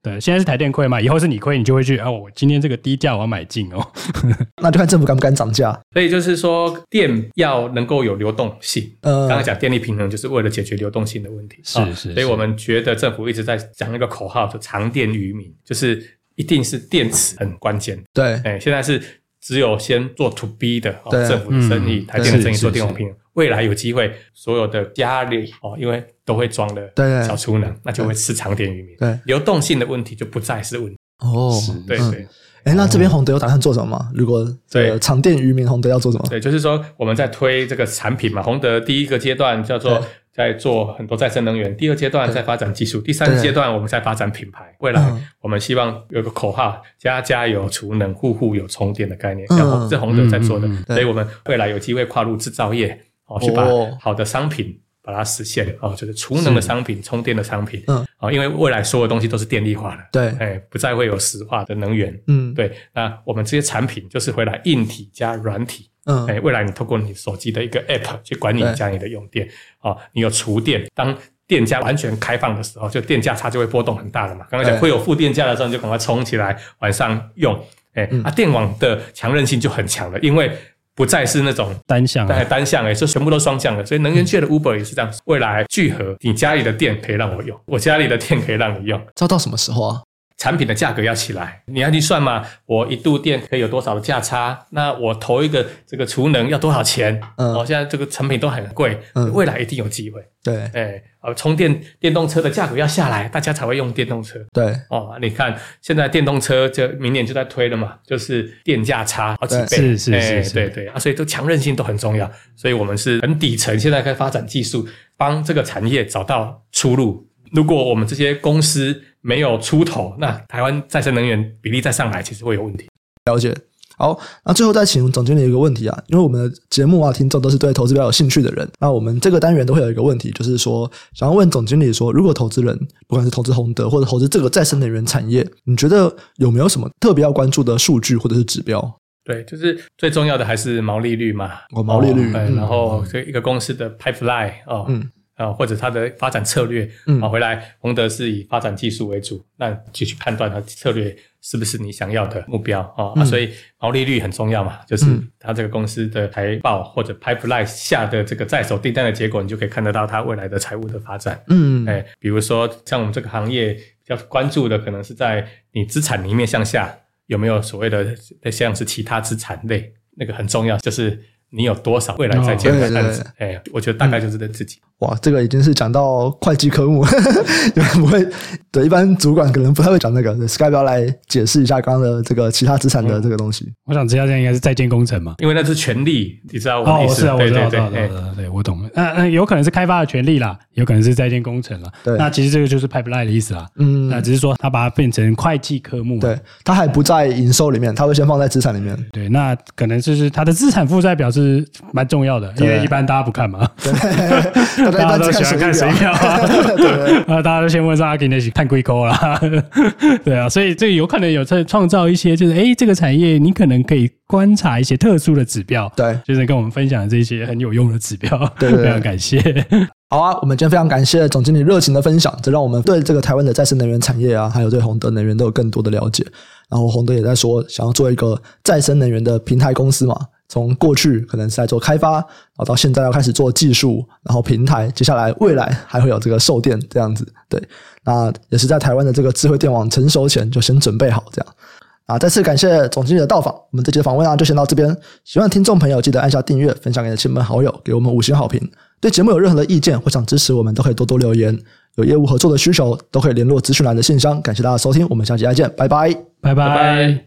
Speaker 2: 对，现在是台电亏嘛，以后是你亏，你就会去啊，我今天这个低价我要买进哦。
Speaker 1: 那就看政府敢不敢涨价。
Speaker 3: 所以就是说，电要能够有流动性。
Speaker 1: 呃
Speaker 3: 刚，才讲电力平衡，就是为了解决流动性的问题。
Speaker 2: 嗯是
Speaker 3: 啊
Speaker 2: 是
Speaker 3: 所以
Speaker 2: 是
Speaker 3: 我们觉得政府一直在讲那个口号，就长电于民，就是一定是电池很关键。
Speaker 1: 对，
Speaker 3: 哎，现在是只有先做 to B 的、哦
Speaker 1: 对啊
Speaker 3: 政府的生意，
Speaker 2: 嗯
Speaker 3: 台电的
Speaker 2: 是
Speaker 3: 生意
Speaker 2: 是
Speaker 3: 做电网
Speaker 2: 是
Speaker 3: 平衡，未来有机会所有的家里哦，因为都会装的
Speaker 1: 对对
Speaker 3: 小储能，那就会是长点渔民。
Speaker 1: 对
Speaker 3: 流动性的问题就不再是问题。
Speaker 1: 哦，
Speaker 3: 对
Speaker 1: 嗯
Speaker 3: 对哦
Speaker 1: 哎，那这边红德有打算做什么吗？如果这
Speaker 3: 对
Speaker 1: 个场电渔民红德要做什么？
Speaker 3: 对，就是说我们在推这个产品嘛，洪德第一个阶段叫做
Speaker 1: 对。
Speaker 3: 在做很多再生能源，第二阶段在发展技术，第三
Speaker 1: 对
Speaker 3: 阶段我们在发展品牌。未来
Speaker 1: 嗯
Speaker 3: 我们希望有个口号：家家有储能，户户有充电的概念。
Speaker 1: 嗯
Speaker 3: 然后这洪德在做的
Speaker 2: 嗯嗯，
Speaker 1: 嗯
Speaker 3: 所以我们未来有机会跨入制造业，哦，去把
Speaker 1: 哦
Speaker 3: 好的商品把它实现，哦，就是储能的商品、充电的商品，
Speaker 1: 嗯，
Speaker 3: 哦，因为未来所有东西都是电力化了，
Speaker 1: 对
Speaker 3: 哎，不再会有石化的能源。
Speaker 1: 嗯，，
Speaker 3: 对，那我们这些产品就是回来硬体加软体，
Speaker 1: 嗯，
Speaker 3: 哎，未来你透过你手机的一个 App 去管理
Speaker 1: 对
Speaker 3: 你家里的用电，哦，你有厨电，当电价完全开放的时候，就电价差就会波动很大了嘛。刚刚讲
Speaker 1: 对
Speaker 3: 会有负电价的时候，你就赶快冲起来，晚上用。哎，啊，电网的强韧性就很强了，因为不再是那种
Speaker 2: 单向
Speaker 3: 但
Speaker 2: 啊
Speaker 3: 还单向哎、就全部都双向的，所以能源界的 Uber 也是这样。未来聚合，你家里的电可以让我用，我家里的电可以让你用，
Speaker 1: 知道到什么时候啊？
Speaker 3: 产品的价格要起来，你要去算嘛，我一度电可以有多少的价差？那我投一个这个储能要多少钱？
Speaker 1: 嗯
Speaker 3: 哦，现在这个成品都很贵，
Speaker 1: 嗯
Speaker 3: 未来一定有机会。
Speaker 1: 对
Speaker 3: 哎，呃，充电电动车的价格要下来，大家才会用电动车。
Speaker 1: 对，
Speaker 3: 哦，你看现在电动车就明年就在推了嘛，就是电价差好几倍，
Speaker 2: 对是是是
Speaker 3: 哎
Speaker 2: 是
Speaker 3: 对对啊，所以都强韧性都很重要，所以我们是很底层，现在在发展技术，帮这个产业找到出路。如果我们这些公司没有出头，那台湾再生能源比例再上来，其实会有问题。
Speaker 1: 好，那最后再请总经理一个问题啊，因为我们的节目啊，听众都是对投资比较有兴趣的人，那我们这个单元都会有一个问题，就是说想要问总经理说，如果投资人不管是投资宏德或者投资这个再生能源产业，你觉得有没有什么特别要关注的数据或者是指标？
Speaker 3: 对，就是最重要的还是毛利率嘛，
Speaker 1: 哦毛利率
Speaker 3: 哦哎
Speaker 1: 嗯
Speaker 3: 然后这一个公司的 pipeline 哦，
Speaker 1: 嗯
Speaker 3: 啊，或者它的发展策略
Speaker 1: 嗯
Speaker 3: 啊，回来洪德是以发展技术为主，那就去判断它策略是不是你想要的目标啊啊，
Speaker 1: 嗯
Speaker 3: 所以毛利率很重要嘛，就是
Speaker 1: 嗯
Speaker 3: 它这个公司的财报或者 pipeline 下的这个在手订单的结果，你就可以看得到它未来的财务的发展。
Speaker 1: 嗯，
Speaker 3: 哎，比如说像我们这个行业比较关注的，可能是在你资产里面向下有没有所谓的像是其他资产类，那个很重要，就是你有多少未来在接的
Speaker 1: 哦
Speaker 3: 案
Speaker 1: 对
Speaker 3: 子。哎，我觉得大概就是这自己。
Speaker 1: 哇，这个已经是讲到会计科 目，有人不会，对，一般主管可能不太会讲那个。对 Sky 要不要来解释一下刚刚的这个其他资产的这个东西。
Speaker 2: 我想知道这样应该是在建工程嘛？
Speaker 3: 因为那是权利，你知道我
Speaker 2: 哦，
Speaker 3: 的意
Speaker 2: 我
Speaker 3: 思？
Speaker 2: 是啊，我
Speaker 3: 对
Speaker 2: 知道，
Speaker 3: 对
Speaker 2: 我
Speaker 3: 对，
Speaker 2: 知道，对
Speaker 3: 哎
Speaker 2: 对对，我懂了。那那有可能是开发的权利啦，有可能是在建工程啦。
Speaker 1: 对
Speaker 2: 那其实这个就是 pipeline 的意思啦。
Speaker 1: 嗯，
Speaker 2: 那只是说它把它变成会计科目。
Speaker 1: 对，它还不在营收里面，它会先放在资产里面。
Speaker 2: 对，那可能就是它的资产负债表是蛮重要的，因为一般大家不看嘛，
Speaker 1: 对，
Speaker 2: 大家都喜欢看水
Speaker 1: 表。
Speaker 2: 表啊。 啊，大家都先问上阿金那些看龟抠啦， 对啊，所以这有可能有在创造一些，就是诶，这个产业你可能可以观察一些特殊的指标，
Speaker 1: 对，
Speaker 2: 就是跟我们分享这些很有用的指标，
Speaker 1: 对对对
Speaker 2: 非常感谢。
Speaker 1: 好啊，我们今天非常感谢总经理热情的分享，这让我们对这个台湾的再生能源产业啊，还有对红德能源都有更多的了解。然后红德也在说，想要做一个再生能源的平台公司嘛，从过去可能是在做开发，然后到现在要开始做技术，然后平台，接下来未来还会有这个售电这样子。对，那也是在台湾的这个智慧电网成熟前就先准备好这样。啊，再次感谢总经理的到访，我们这期的访问啊就先到这边。喜欢的听众朋友记得按下订阅，分享给你的亲朋好友，给我们五星好评。对节目有任何的意见或想支持我们，都可以多多留言。有业务合作的需求，都可以联络资讯栏的信箱。感谢大家收听，我们下期再见，拜拜。
Speaker 3: 拜
Speaker 2: 拜
Speaker 3: 拜。